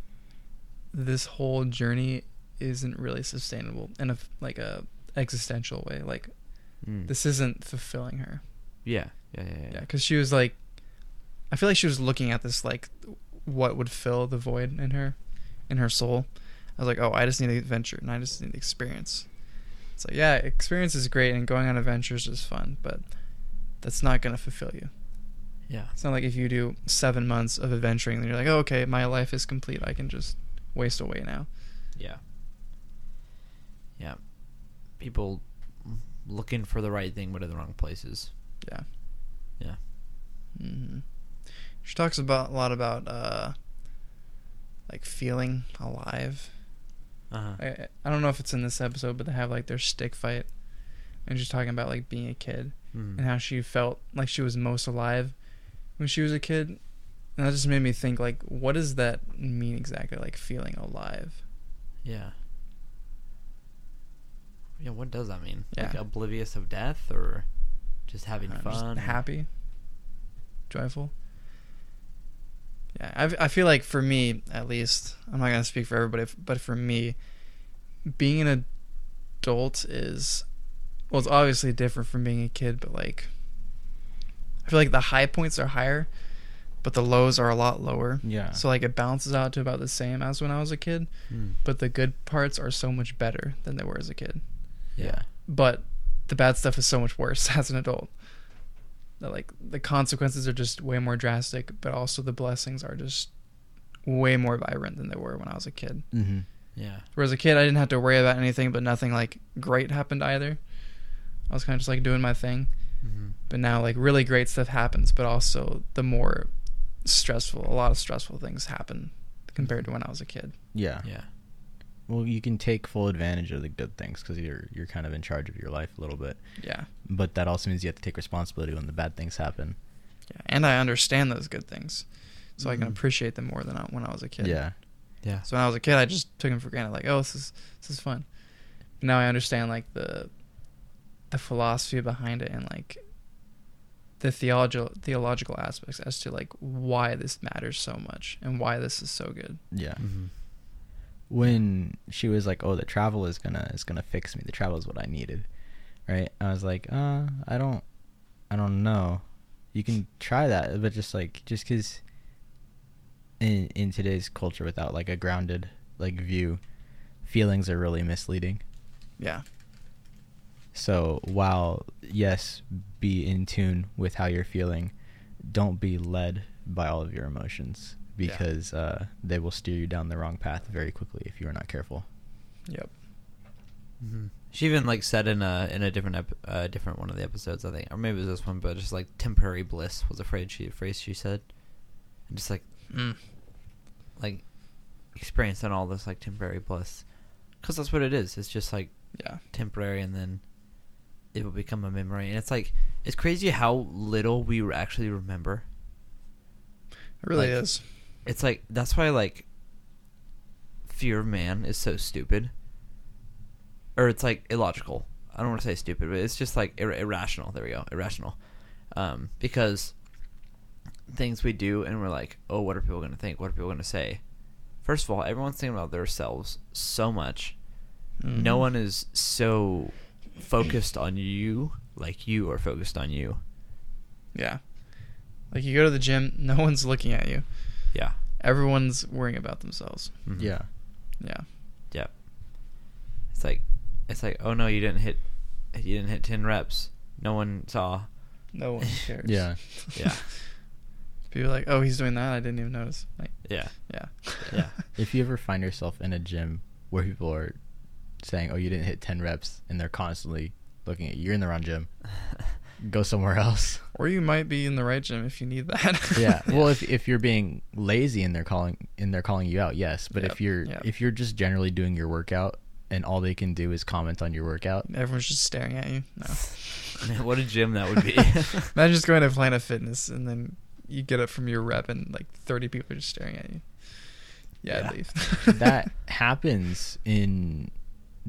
this whole journey isn't really sustainable in a f- like a existential way. Like mm. this isn't fulfilling her. yeah, yeah, yeah, yeah. Yeah, cuz she was like I feel like she was looking at this like what would fill the void in her in her soul. I was like, "Oh, I just need adventure and I just need experience." It's like, yeah, experience is great and going on adventures is fun, but that's not going to fulfill you. yeah. It's not like if you do seven months of adventuring, then you're like, oh, okay, my life is complete. I can just waste away now. Yeah. Yeah. People looking for the right thing but in the wrong places. Yeah. Mm-hmm. Yeah. hmm She talks about a lot about uh, like feeling alive. Uh-huh. I, I don't know if it's in this episode, but they have like their stick fight, and she's talking about like being a kid Mhm. and how she felt like she was most alive when she was a kid, and that just made me think like, what does that mean exactly? Like feeling alive? Yeah. Yeah, what does that mean? Like Yeah. oblivious of death or just having Uh, just fun? happy, joyful. Yeah, I, I feel like for me at least, I'm not gonna speak for everybody, f- but for me, being an adult is, well, it's obviously different from being a kid, but like, I feel like the high points are higher, but the lows are a lot lower. Yeah. So like it balances out to about the same as when I was a kid, Mm. but the good parts are so much better than they were as a kid Yeah. but the bad stuff is so much worse as an adult. That like the consequences are just way more drastic, but also the blessings are just way more vibrant than they were when I was a kid. Mm-hmm. Yeah. Whereas a kid, I didn't have to worry about anything, but nothing like great happened either. I was kind of just like doing my thing. Mhm. But now like really great stuff happens, but also the more stressful, a lot of stressful things happen compared to when I was a kid. Yeah. Yeah. Well, you can take full advantage of the good things because you're you're kind of in charge of your life a little bit, Yeah. but that also means you have to take responsibility when the bad things happen. Yeah. And I understand those good things. So I can Mhm. appreciate them more than I, when I was a kid. Yeah. Yeah. So when I was a kid, I just took him for granted, like, oh, this is this is fun. But now I understand like the the philosophy behind it and like the theological theological aspects as to like why this matters so much and why this is so good. Yeah. Mhm. When she was like, "Oh, the travel is gonna is gonna fix me. The travel is what I needed," right? I was like, "Uh, I don't, I don't know. You can try that, but just like just because in in today's culture, without like a grounded like view, feelings are really misleading." Yeah. So while yes, be in tune with how you're feeling, don't be led by all of your emotions Yeah. because uh, they will steer you down the wrong path very quickly if you are not careful. Yep. Mhm. She even like said in a in a different ep- uh, different one of the episodes I think, or maybe it was this one, but just like temporary bliss was a phrase she phrase she said, and just like Mm. like experiencing all this like temporary bliss, because that's what it is. It's just like Yeah. temporary, and then it will become a memory. And it's like it's crazy how little we re- actually remember. It really Like- is. It's like that's why like fear of man is so stupid, or it's like illogical. I don't want to say stupid, but it's just like ir- irrational. There we go, irrational, um, because things we do and we're like, oh, what are people going to think? What are people going to say? First of all, everyone's thinking about themselves so much. No Mhm. one is so focused on you like you are focused on you. Yeah. Like you go to the gym, no one's looking at you. Yeah. Everyone's worrying about themselves. Mhm. Yeah. Yep. It's like it's like, oh no, you didn't hit you didn't hit ten reps. No one saw. No one cares. Yeah. Yeah. People are like, oh, he's doing that. I didn't even notice. Like, Yeah. yeah. Yeah. If you ever find yourself in a gym where people are saying, "Oh, you didn't hit 10 reps," and they're constantly looking at you, you're in the wrong gym. Go somewhere else. Or you might be in the right gym if you need that. yeah. Well, if if you're being lazy and they're calling and they're calling you out, yes. But Yep, if you're yep. if you're just generally doing your workout and all they can do is comment on your workout, Everyone's just staring at you. No. Man, what a gym that would be. Imagine just going to Planet Fitness and then you get up from your rep and like 30 people are just staring at you. Yeah, Yeah. I'd leave. that happens in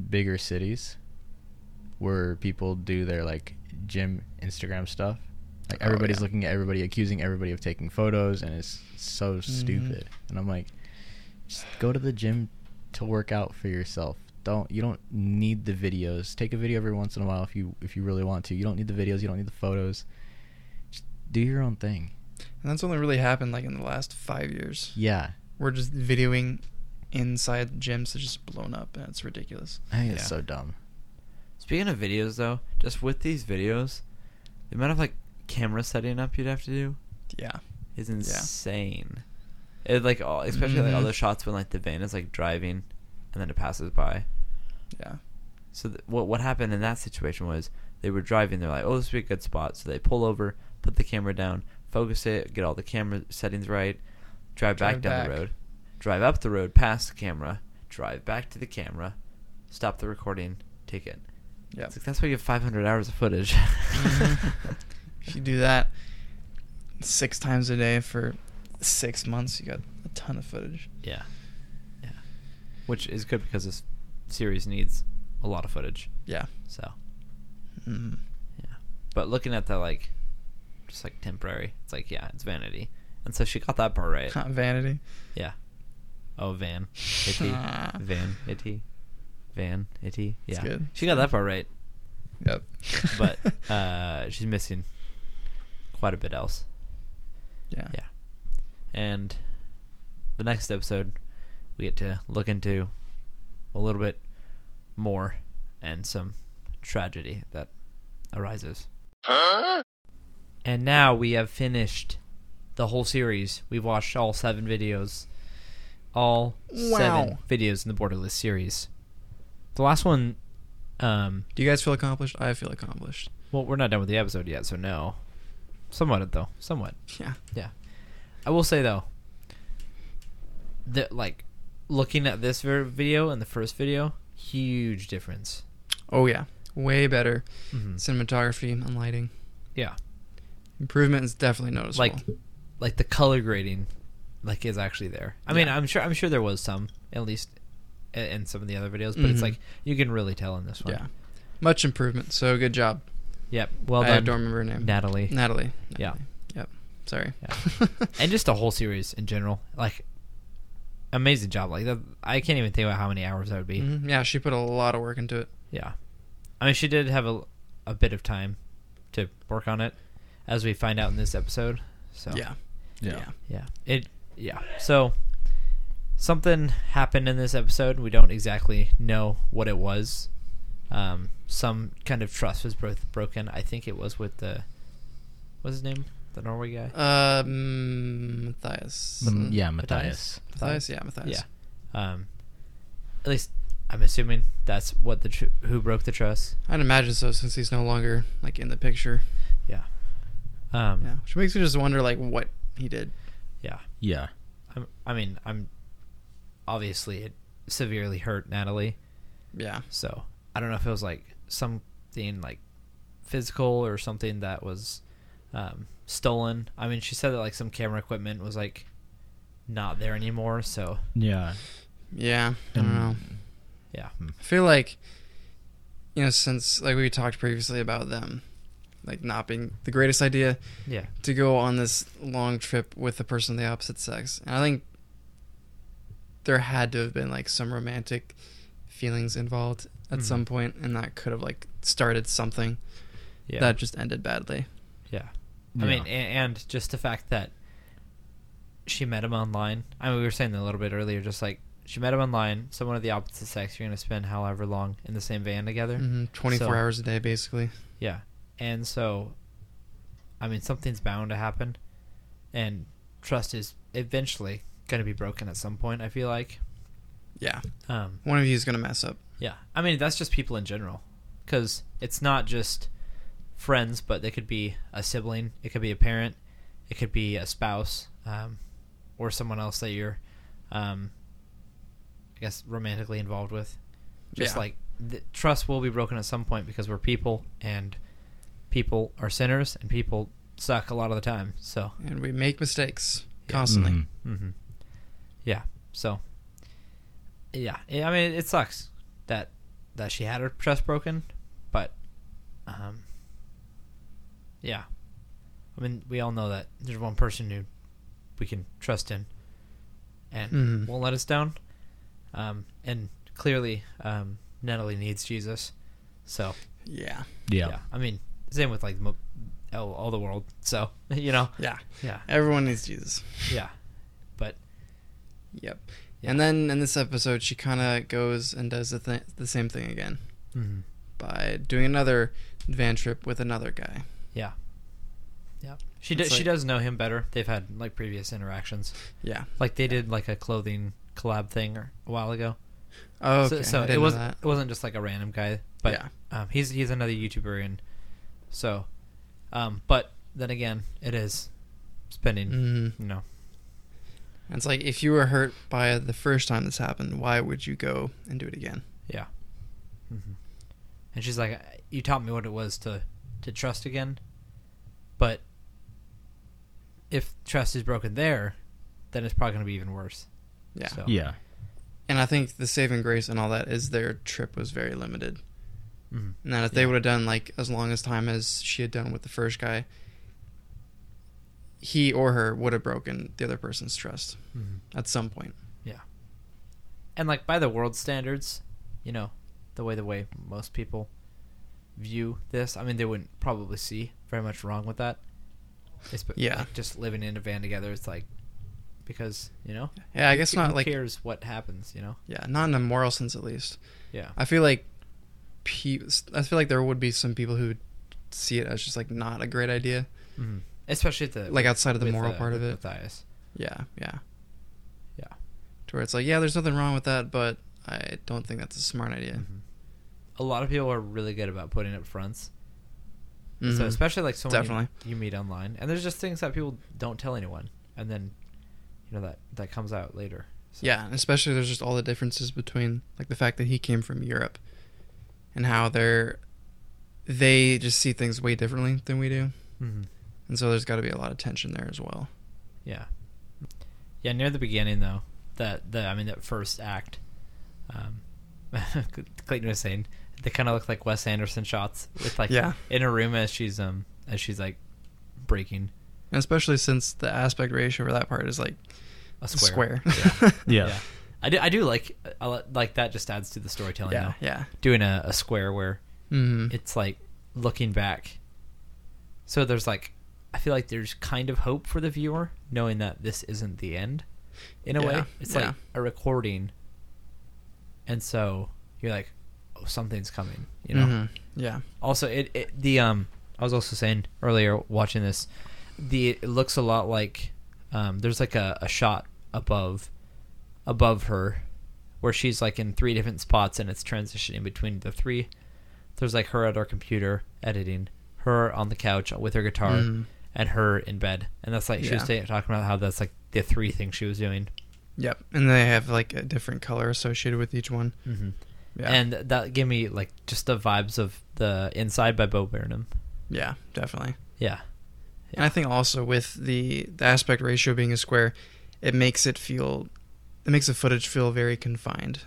bigger cities where people do their like gym Instagram stuff. Like Oh, everybody's yeah. looking at everybody, accusing everybody of taking photos, and it's so stupid. And I'm like, just go to the gym to work out for yourself. Don't you don't need the videos. Take a video every once in a while if you if you really want to. You don't need the videos. You don't need the photos. Just do your own thing. And that's only really happened like in the last five years. Yeah, We're just videoing inside gyms that's just blown up and it's ridiculous. I think it's Yeah. so dumb. Speaking of videos though, just with these videos, the amount of like camera setting up you'd have to do Yeah. is insane. It like all especially like all Mhm. the shots when like the van is like driving and then it passes by. Yeah. So th- what what happened in that situation was they were driving. They're like, "Oh, this would be a good spot." So they pull over, put the camera down, focus it, get all the camera settings right, drive, back Drive down the back. road, drive up the road past the camera, drive back to the camera, stop the recording, take it. Yeah. It's like, that's why you have 500 hours of footage. Mhm. If you do that six times a day for six months, you got a ton of footage. Yeah. Yeah. Which is good because this series needs a lot of footage. Yeah. So, Mhm. yeah. But looking at the like just like temporary, it's like yeah, it's vanity. And so she got that part right. Not vanity. Yeah. Oh, van. Itty. van. Itty. Van. Itty. Yeah. It's good. She got that part right. Yep. But uh she's missing quite a bit else. yeah. Yeah. And the next episode, we get to look into a little bit more and some tragedy that arises. Huh? And now we have finished the whole series. We've watched all seven videos. All seven Wow. videos in the Borderless series. The last one, um, Do you guys feel accomplished? I feel accomplished. well, we're not done with the episode yet, so no. Somewhat, though. Somewhat. Yeah. Yeah. I will say though that like looking at this ver- video and the first video, huge difference. Oh yeah. Way better Mm-hmm. cinematography and lighting. Yeah. Improvement is definitely noticeable. Like like the color grading like is actually there. I mean, Yeah. I'm sure I'm sure there was some at least i- in some of the other videos, but it's Mhm. like you can really tell in this one. yeah. Much improvement. So good job. Yep. Well I done. don't remember her name. Natalie. Natalie. Yeah. Yep. Sorry. Yeah. and just the whole series in general. Like amazing job. Like that, I can't even think about how many hours that would be. Mhm. Yeah, she put a lot of work into it. Yeah. I mean, she did have a, a bit of time to work on it, as we find out in this episode. So Yeah. Yeah. yeah, it yeah. So something happened in this episode. We don't exactly know what it was. Um, some kind of trust was both broken. I think it was with the what's his name, the Norway Uh, guy. Um, Matthias. Mm, yeah, Matthias? Matthias. Matthias. Yeah, Matthias. Yeah. Um, at least I'm assuming that's what the tr- who broke the trust. I'd imagine so, since he's no longer like in the picture. Yeah. Um, Yeah, which makes me just wonder like what he did. yeah. Yeah. I'm, I mean, I'm obviously it severely hurt Natalie, Yeah, so I don't know if it was like something like physical or something that was um, stolen. I mean, she said that like some camera equipment was like not there anymore, so Yeah. yeah. I don't know. yeah, I feel like you know since like we talked previously about them like not being the greatest idea yeah, to go on this long trip with a person of the opposite sex, and I think there had to have been like some romantic feelings involved at Mhm. some point, and that could have like started something yeah, that just ended badly. yeah. I Yeah. mean, a- and just the fact that she met him online. I mean, we were saying that a little bit earlier, just like. She met him online. Someone of the opposite sex. You're gonna spend however long in the same van together. hmm Twenty-four So- hours a day, basically. Yeah. And so I mean something's bound to happen and trust is eventually going to be broken at some point, I feel like. Yeah, Um one of you is gonna mess up. yeah. I mean that's just people in general cuz it's not just friends, but they could be a sibling, it could be a parent, it could be a spouse, um or someone else that you're um I guess romantically involved with. Just Yeah. like the trust will be broken at some point because we're people and people are sinners and people suck a lot of the time. So, and we make mistakes constantly. Mhm. hmm yeah. So, yeah. I mean, it sucks that that she had her trust broken, but, um, yeah. I mean, we all know that there's one person who we can trust in, and Mhm. won't let us down. Um, and clearly, um, Natalie needs Jesus, so Yeah. Yeah. yeah. I mean, same with like mo- all, all the world. So you know, Yeah. yeah, Everyone needs Jesus. yeah. But Yep. Yeah. And then in this episode, she kind of goes and does the, th- the same thing again mhm, by doing another van trip with another guy. yeah, yeah. She It's does. she like- does know him better. They've had like previous interactions. Yeah. Like they did like a clothing collab thing or, a while ago. Oh, okay. So, I so didn't it know wasn't that. it wasn't just like a random guy. But Yeah. um, he's he's another YouTuber and so, um, but then again, it is spending Mhm. you know And it's like if you were hurt by it the first time this happened, why would you go and do it again? Yeah. hmm And she's like, "You taught me what it was to to trust again, but if trust is broken there, then it's probably going to be even worse." Yeah. So, Yeah. And I think the saving grace and all that is their trip was very limited. mhm. And that if they would have done like as long as time as she had done with the first guy, he or her would have broken the other person's trust Mhm. at some point. And like by the world standards, you know, the way the way most people view this, I mean, they wouldn't probably see very much wrong with that. It's, but, Yeah. like, just living in a van together, it's like because you know, Yeah, I guess who not like cares what happens, you know? yeah, not in a moral sense at least. Yeah. I feel like pe- I feel like there would be some people who would see it as just like not a great idea, Mm-hmm. Especially at the like outside of the with, moral uh, part of with it. Matthias. Yeah, yeah, Yeah. To where it's like, yeah, there's nothing wrong with that, but I don't think that's a smart idea. Mm-hmm. A lot of people are really good about putting up fronts. So Mhm. especially like someone you- Definitely. You, meet online, and there's just things that people don't tell anyone, and then you know that that comes out later. So, Yeah, and especially there's just all the differences between like the fact that he came from Europe and how they're they just see things way differently than we do. Mhm. And so there's got to be a lot of tension there as well. Yeah. Yeah. Near the beginning, though, that the I mean that first act, um, Clayton was saying they kind of look like Wes Anderson shots with like Yeah. in her room as she's um as she's like breaking And especially since the aspect ratio for that part is like a square. square. Yeah. Yeah. I do, I do like I li- like that just adds to the storytelling yeah. though. Yeah. Doing a, a square where Mhm. it's like looking back. So there's like I feel like there's kind of hope for the viewer knowing that this isn't the end in a way. Yeah, It's yeah. like a recording. And so you're like oh something's coming, you know. Mhm. Yeah. Also it, it the um I was also saying earlier watching this the it looks a lot like um there's like a, a shot above above her where she's like in three different spots and it's transitioning between the three there's like her at her computer editing her on the couch with her guitar Mhm. and her in bed and that's like she was Yeah. saying- talking about how that's like the three things she was doing Yep. And they have like a different color associated with each one. mm-hmm. Yeah. and that gave me like just the vibes of the inside by bo burnham yeah, definitely. yeah And I think also with the, the aspect ratio being a square, it makes it feel it makes the footage feel very confined.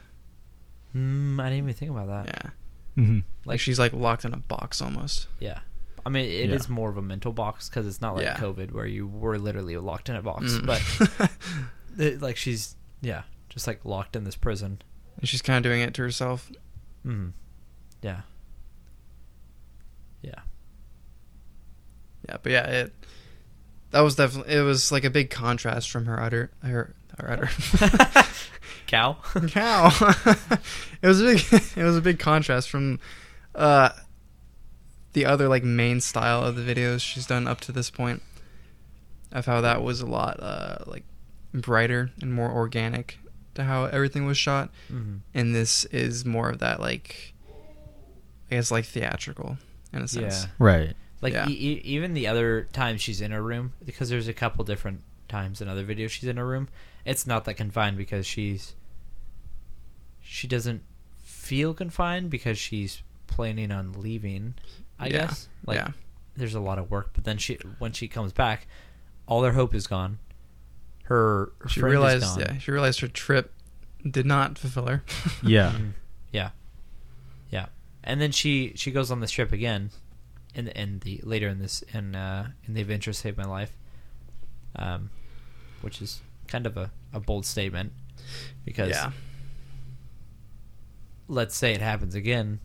mm, i didn't even think about that Yeah. Like, Mm-hmm. like she's like locked in a box almost. yeah i mean it is Yeah. more of a mental box because it's not like Yeah. covid where you were literally locked in a box Mm. but it, like she's yeah just like locked in this prison and she's kind of doing it to herself. mm. yeah yeah Yeah, but yeah, it that was definitely it was like a big contrast from her utter her her utter cow cow. it was a big it was a big contrast from uh the other like main style of the videos she's done up to this point of how that was a lot uh like brighter and more organic to how everything was shot mm-hmm. and this is more of that like I guess like theatrical in a sense. Yeah. Right. Like Yeah. e- e- even the other times she's in her room, because there's a couple different times in other videos she's in her room. It's not that confined because she's she doesn't feel confined because she's planning on leaving. I Yeah. guess like yeah. there's a lot of work, but then she when she comes back, all their hope is gone. Her, her She friend is realized gone. yeah, she realized her trip did not fulfill her. Yeah. Mhm. Yeah. Yeah. And then she she goes on this trip again in the in the later in this in uh in the adventure saved my life. Um which is kind of a, a bold statement because yeah. let's say it happens again.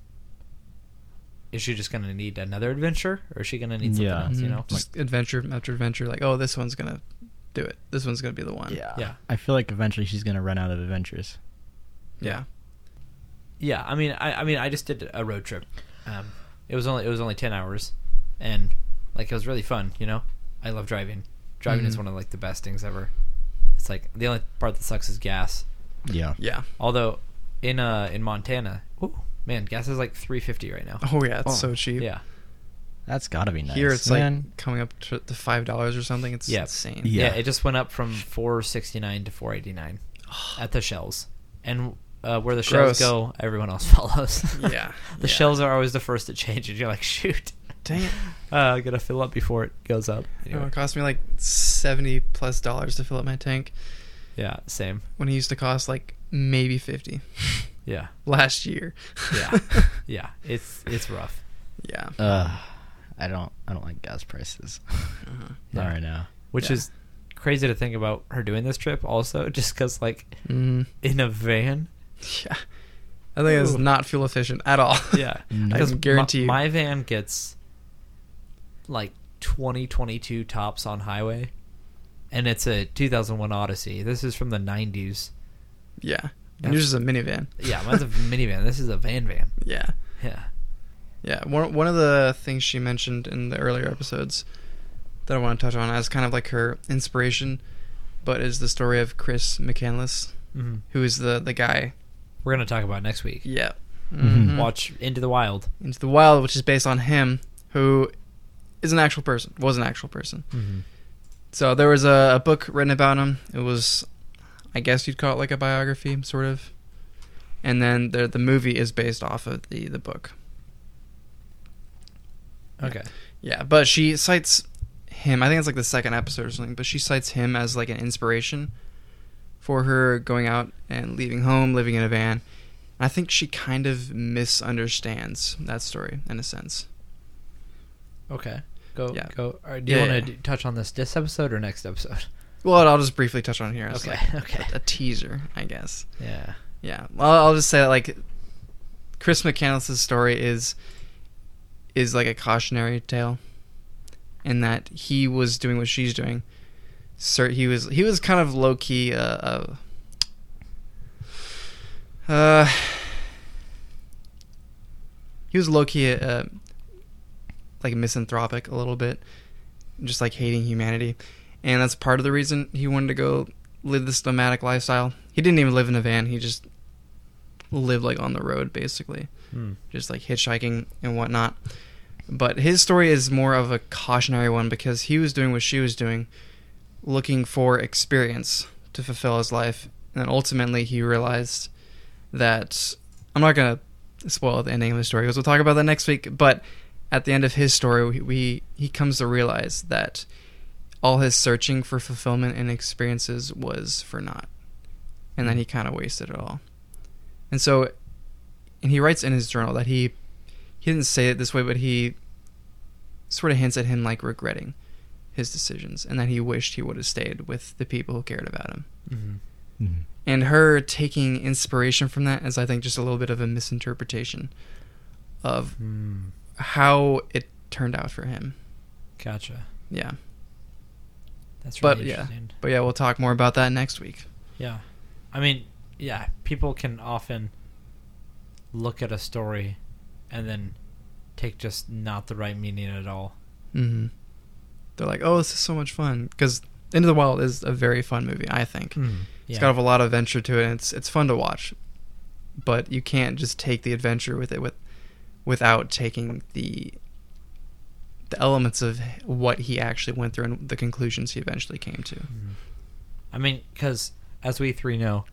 Is she just gonna need another adventure or is she gonna need something Yeah. else, you Mhm. know? just adventure after adventure like oh this one's going to do it. This one's going to be the one. Yeah. I feel like eventually she's gonna run out of adventures. Yeah. Yeah, I mean, I, I mean, I just did a road trip. Um, it was only it was only ten hours, and like it was really fun. You know, I love driving. Driving is Mhm. one of like the best things ever. It's like the only part that sucks is gas. Yeah. Yeah. Although in uh in Montana, ooh, man, gas is like three fifty right now. Oh yeah, it's Oh, so cheap. Yeah, That's gotta be nice. Here it's man. like coming up to the five dollars or something. It's Yeah. insane. Yeah. Yeah. it just went up from four sixty nine to four eighty nine at the shelves, and uh, where the Gross. shelves go, everyone else follows. Yeah, yeah. the shelves are always the first to change, and you're like, shoot, Dang it. uh, I gotta fill up before it goes up. Oh, Anyway, it cost me like seventy plus dollars to fill up my tank yeah, same. when it used to cost like maybe fifty Yeah, last year. yeah, yeah. It's it's rough. Uh, yeah. Ugh, I don't I don't like gas prices. Uh-huh. Not Yeah. right now. which Yeah. is crazy to think about her doing this trip also just because like Mm, in a van yeah. I think it's Ooh. not fuel efficient at all. yeah Mm. I can Because guarantee you. my, my van gets like 20 22 tops on highway and it's a 2001 odyssey this is from the 90s Yeah. And yours is a minivan. yeah mine's a minivan this is a van van yeah. yeah Yeah, one one of the things she mentioned in the earlier episodes that I want to touch on as kind of like her inspiration, but is the story of Chris McCandless, hmm who is the the guy. we're gonna talk about it next week Yeah, Mhm. watch into the wild Into the Wild, which is based on him, who is an actual person, was an actual person. mm-hmm. So there was a, a book written about him. It was, I guess you'd call it like a biography, sort of. And then the the movie is based off of the the book. okay Yeah, but she cites him. I think it's like the second episode or something. But she cites him as like an inspiration for her going out and leaving home, living in a van. I think she kind of misunderstands that story in a sense. okay go Yeah. go all right, do Yeah, you yeah. want to touch on this this episode or next episode Well, I'll just briefly touch on it here. It's Okay, like okay. A, a teaser, I guess. yeah Yeah. Well, I'll just say that like Chris McCandless' story is is like a cautionary tale in that he was doing what she's doing. Sir, he was he was kind of low key. Uh, uh, uh, he was low key, uh, like misanthropic a little bit, just like hating humanity, and that's part of the reason he wanted to go live this nomadic lifestyle. He didn't even live in a van. He just lived like on the road, basically Hmm. just like hitchhiking and whatnot. But his story is more of a cautionary one because he was doing what she was doing, looking for experience to fulfill his life. And then ultimately, he realized that I'm not going to spoil the ending of his story because we'll talk about that next week. But at the end of his story, we, we he comes to realize that all his searching for fulfillment and experiences was for naught, and then he kind of wasted it all. And so and he writes in his journal that he he didn't say it this way, but he sort of hints at him like regretting his decisions and that he wished he would have stayed with the people who cared about him. hmm Mhm. And her taking inspiration from that is I think just a little bit of a misinterpretation of Hmm. how it turned out for him. gotcha Yeah. that's really But yeah. interesting But yeah, we'll talk more about that next week. Yeah. I mean, yeah, people can often look at a story and then take just not the right meaning at all. hmm They're like, "Oh, this is so much fun." Cuz Into the Wild is a very fun movie, I think. Yeah. Hmm. It's got a lot of adventure to it. And it's it's fun to watch, but you can't just take the adventure with it with without taking the the elements of what he actually went through and the conclusions he eventually came to. I mean, because as we three know,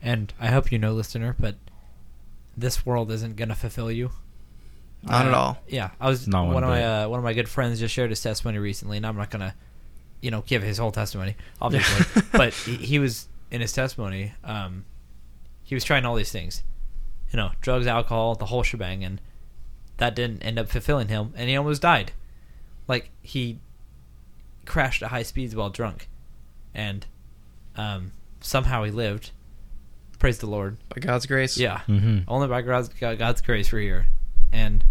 and I hope you know, listener, but this world isn't going to fulfill you. Not at Uh, all. Yeah, I was Not one one of bit. my uh, one of my good friends just shared his testimony recently, and I'm not gonna, you know, give his whole testimony, obviously. Yeah. but he, he was in his testimony, um, he was trying all these things, you know, drugs, alcohol, the whole shebang, and that didn't end up fulfilling him, and he almost died. Like he crashed at high speeds while drunk, and um, somehow he lived. Praise the Lord. By God's grace. Yeah. Hmm. Mhm. Only by God's, God's grace we're here. And,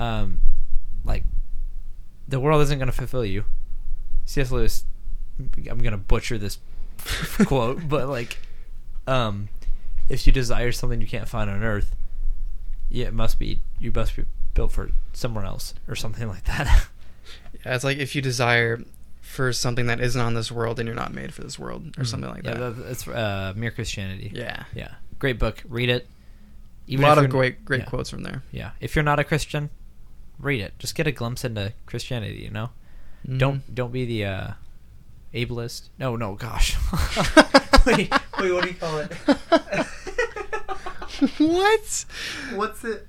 um, like, the world isn't going to fulfill you. C.S. Lewis, I'm going to butcher this quote, but, like, um, if you desire something you can't find on earth, yeah, it must be, you must be built for somewhere else or something like that. Yeah, it's like if you desire for something that isn't on this world, then you're not made for this world, or something like Mm-hmm. yeah, that. that- That's uh, Mere Christianity. yeah. Yeah. Great book. Read it. a lot if of you're- great great yeah. quotes from there. Yeah. If you're not a Christian, read it. Just get a glimpse into Christianity. You know, Mhm. don't don't be the uh, ableist. No, no, gosh. wait, wait, what do you call it? what? What's it?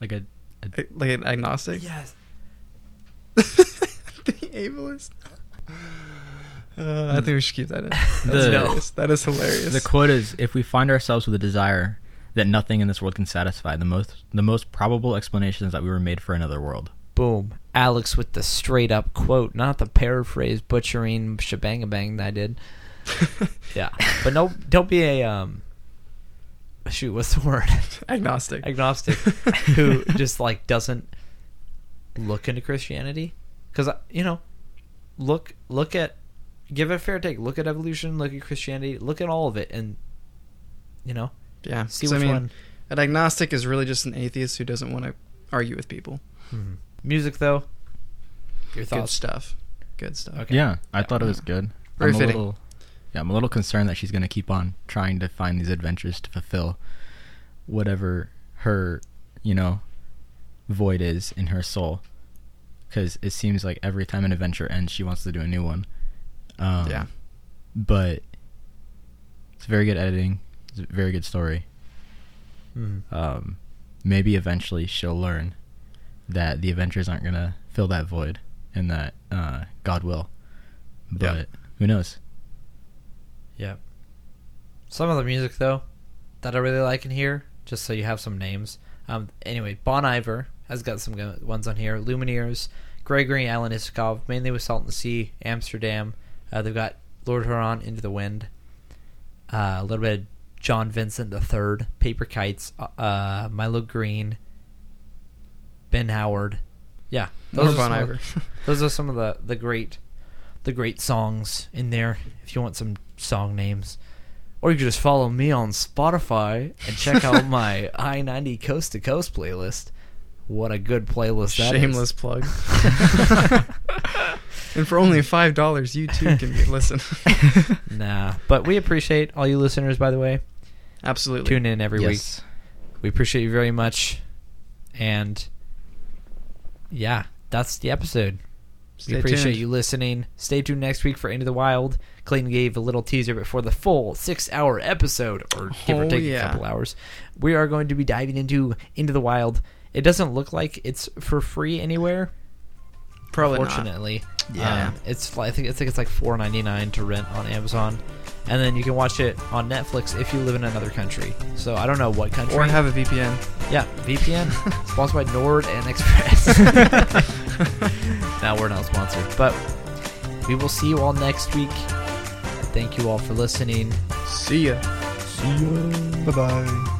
Like a, a Like an agnostic? Yes. the ableist. Uh, I think we should keep that in. That's The- hilarious. That is hilarious. The quote is: "If we find ourselves with a desire that nothing in this world can satisfy, the most the most probable explanation is that we were made for another world." Boom. Alex with the straight up quote, not the paraphrase butchering shebangabang that I did. Yeah. But no don't be a um shoot, what's the word? agnostic. Agnostic who just like doesn't look into Christianity cuz you know, look look at give it a fair take. Look at evolution, look at Christianity, look at all of it and you know, yeah. see 'cause I which mean, one. An agnostic is really just an atheist who doesn't want to argue with people. Music though. Your Good thoughts. stuff. Good stuff. Okay. Yeah, I thought it was good. Very I'm a fitting. little, yeah, I'm a little concerned that she's going to keep on trying to find these adventures to fulfill whatever her, you know, void is in her soul. Because it seems like every time an adventure ends, she wants to do a new one. Um, Yeah. But it's very good editing. It's a very good story. Mhm. Um, maybe eventually she'll learn that the adventures aren't going to fill that void and that uh, God will. But Yeah. who knows? Yep. Some of the music though that I really like in here, just so you have some names. Um. Anyway, Bon Iver has got some good ones on here. Lumineers, Gregory Alan Iskov, mainly with Salt and the Sea, Amsterdam. Uh, they've got Lord Huron, Into the Wind. Uh, a little bit of John Vincent the Third, Paper Kites, uh, uh, Milo Green, Ben Howard. Yeah, More are Bon some of- Iver. those are some of the, the great the great songs in there if you want some song names. Or you can just follow me on Spotify and check out my I ninety coast to coast playlist. What a good playlist that is. Shameless plug. and for only five dollars, you too can be- listen. nah. But we appreciate all you listeners by the way. Absolutely. Tune in every Yes. week. We appreciate you very much. And yeah, that's the episode. Stay we appreciate tuned. you listening. Stay tuned next week for Into the Wild. Clayton gave a little teaser before the full six hour episode, or give or Oh, take a yeah. couple hours. We are going to be diving into Into the Wild. It doesn't look like it's for free anywhere. Probably not. fortunately, Yeah. um, it's I think I think it's like four ninety nine to rent on Amazon, and then you can watch it on Netflix if you live in another country. So I don't know what country. Uh, Or have a VPN. Yeah, VPN sponsored by Nord and Express. now we're not sponsored, but we will see you all next week. Thank you all for listening. See ya. See ya. Bye bye.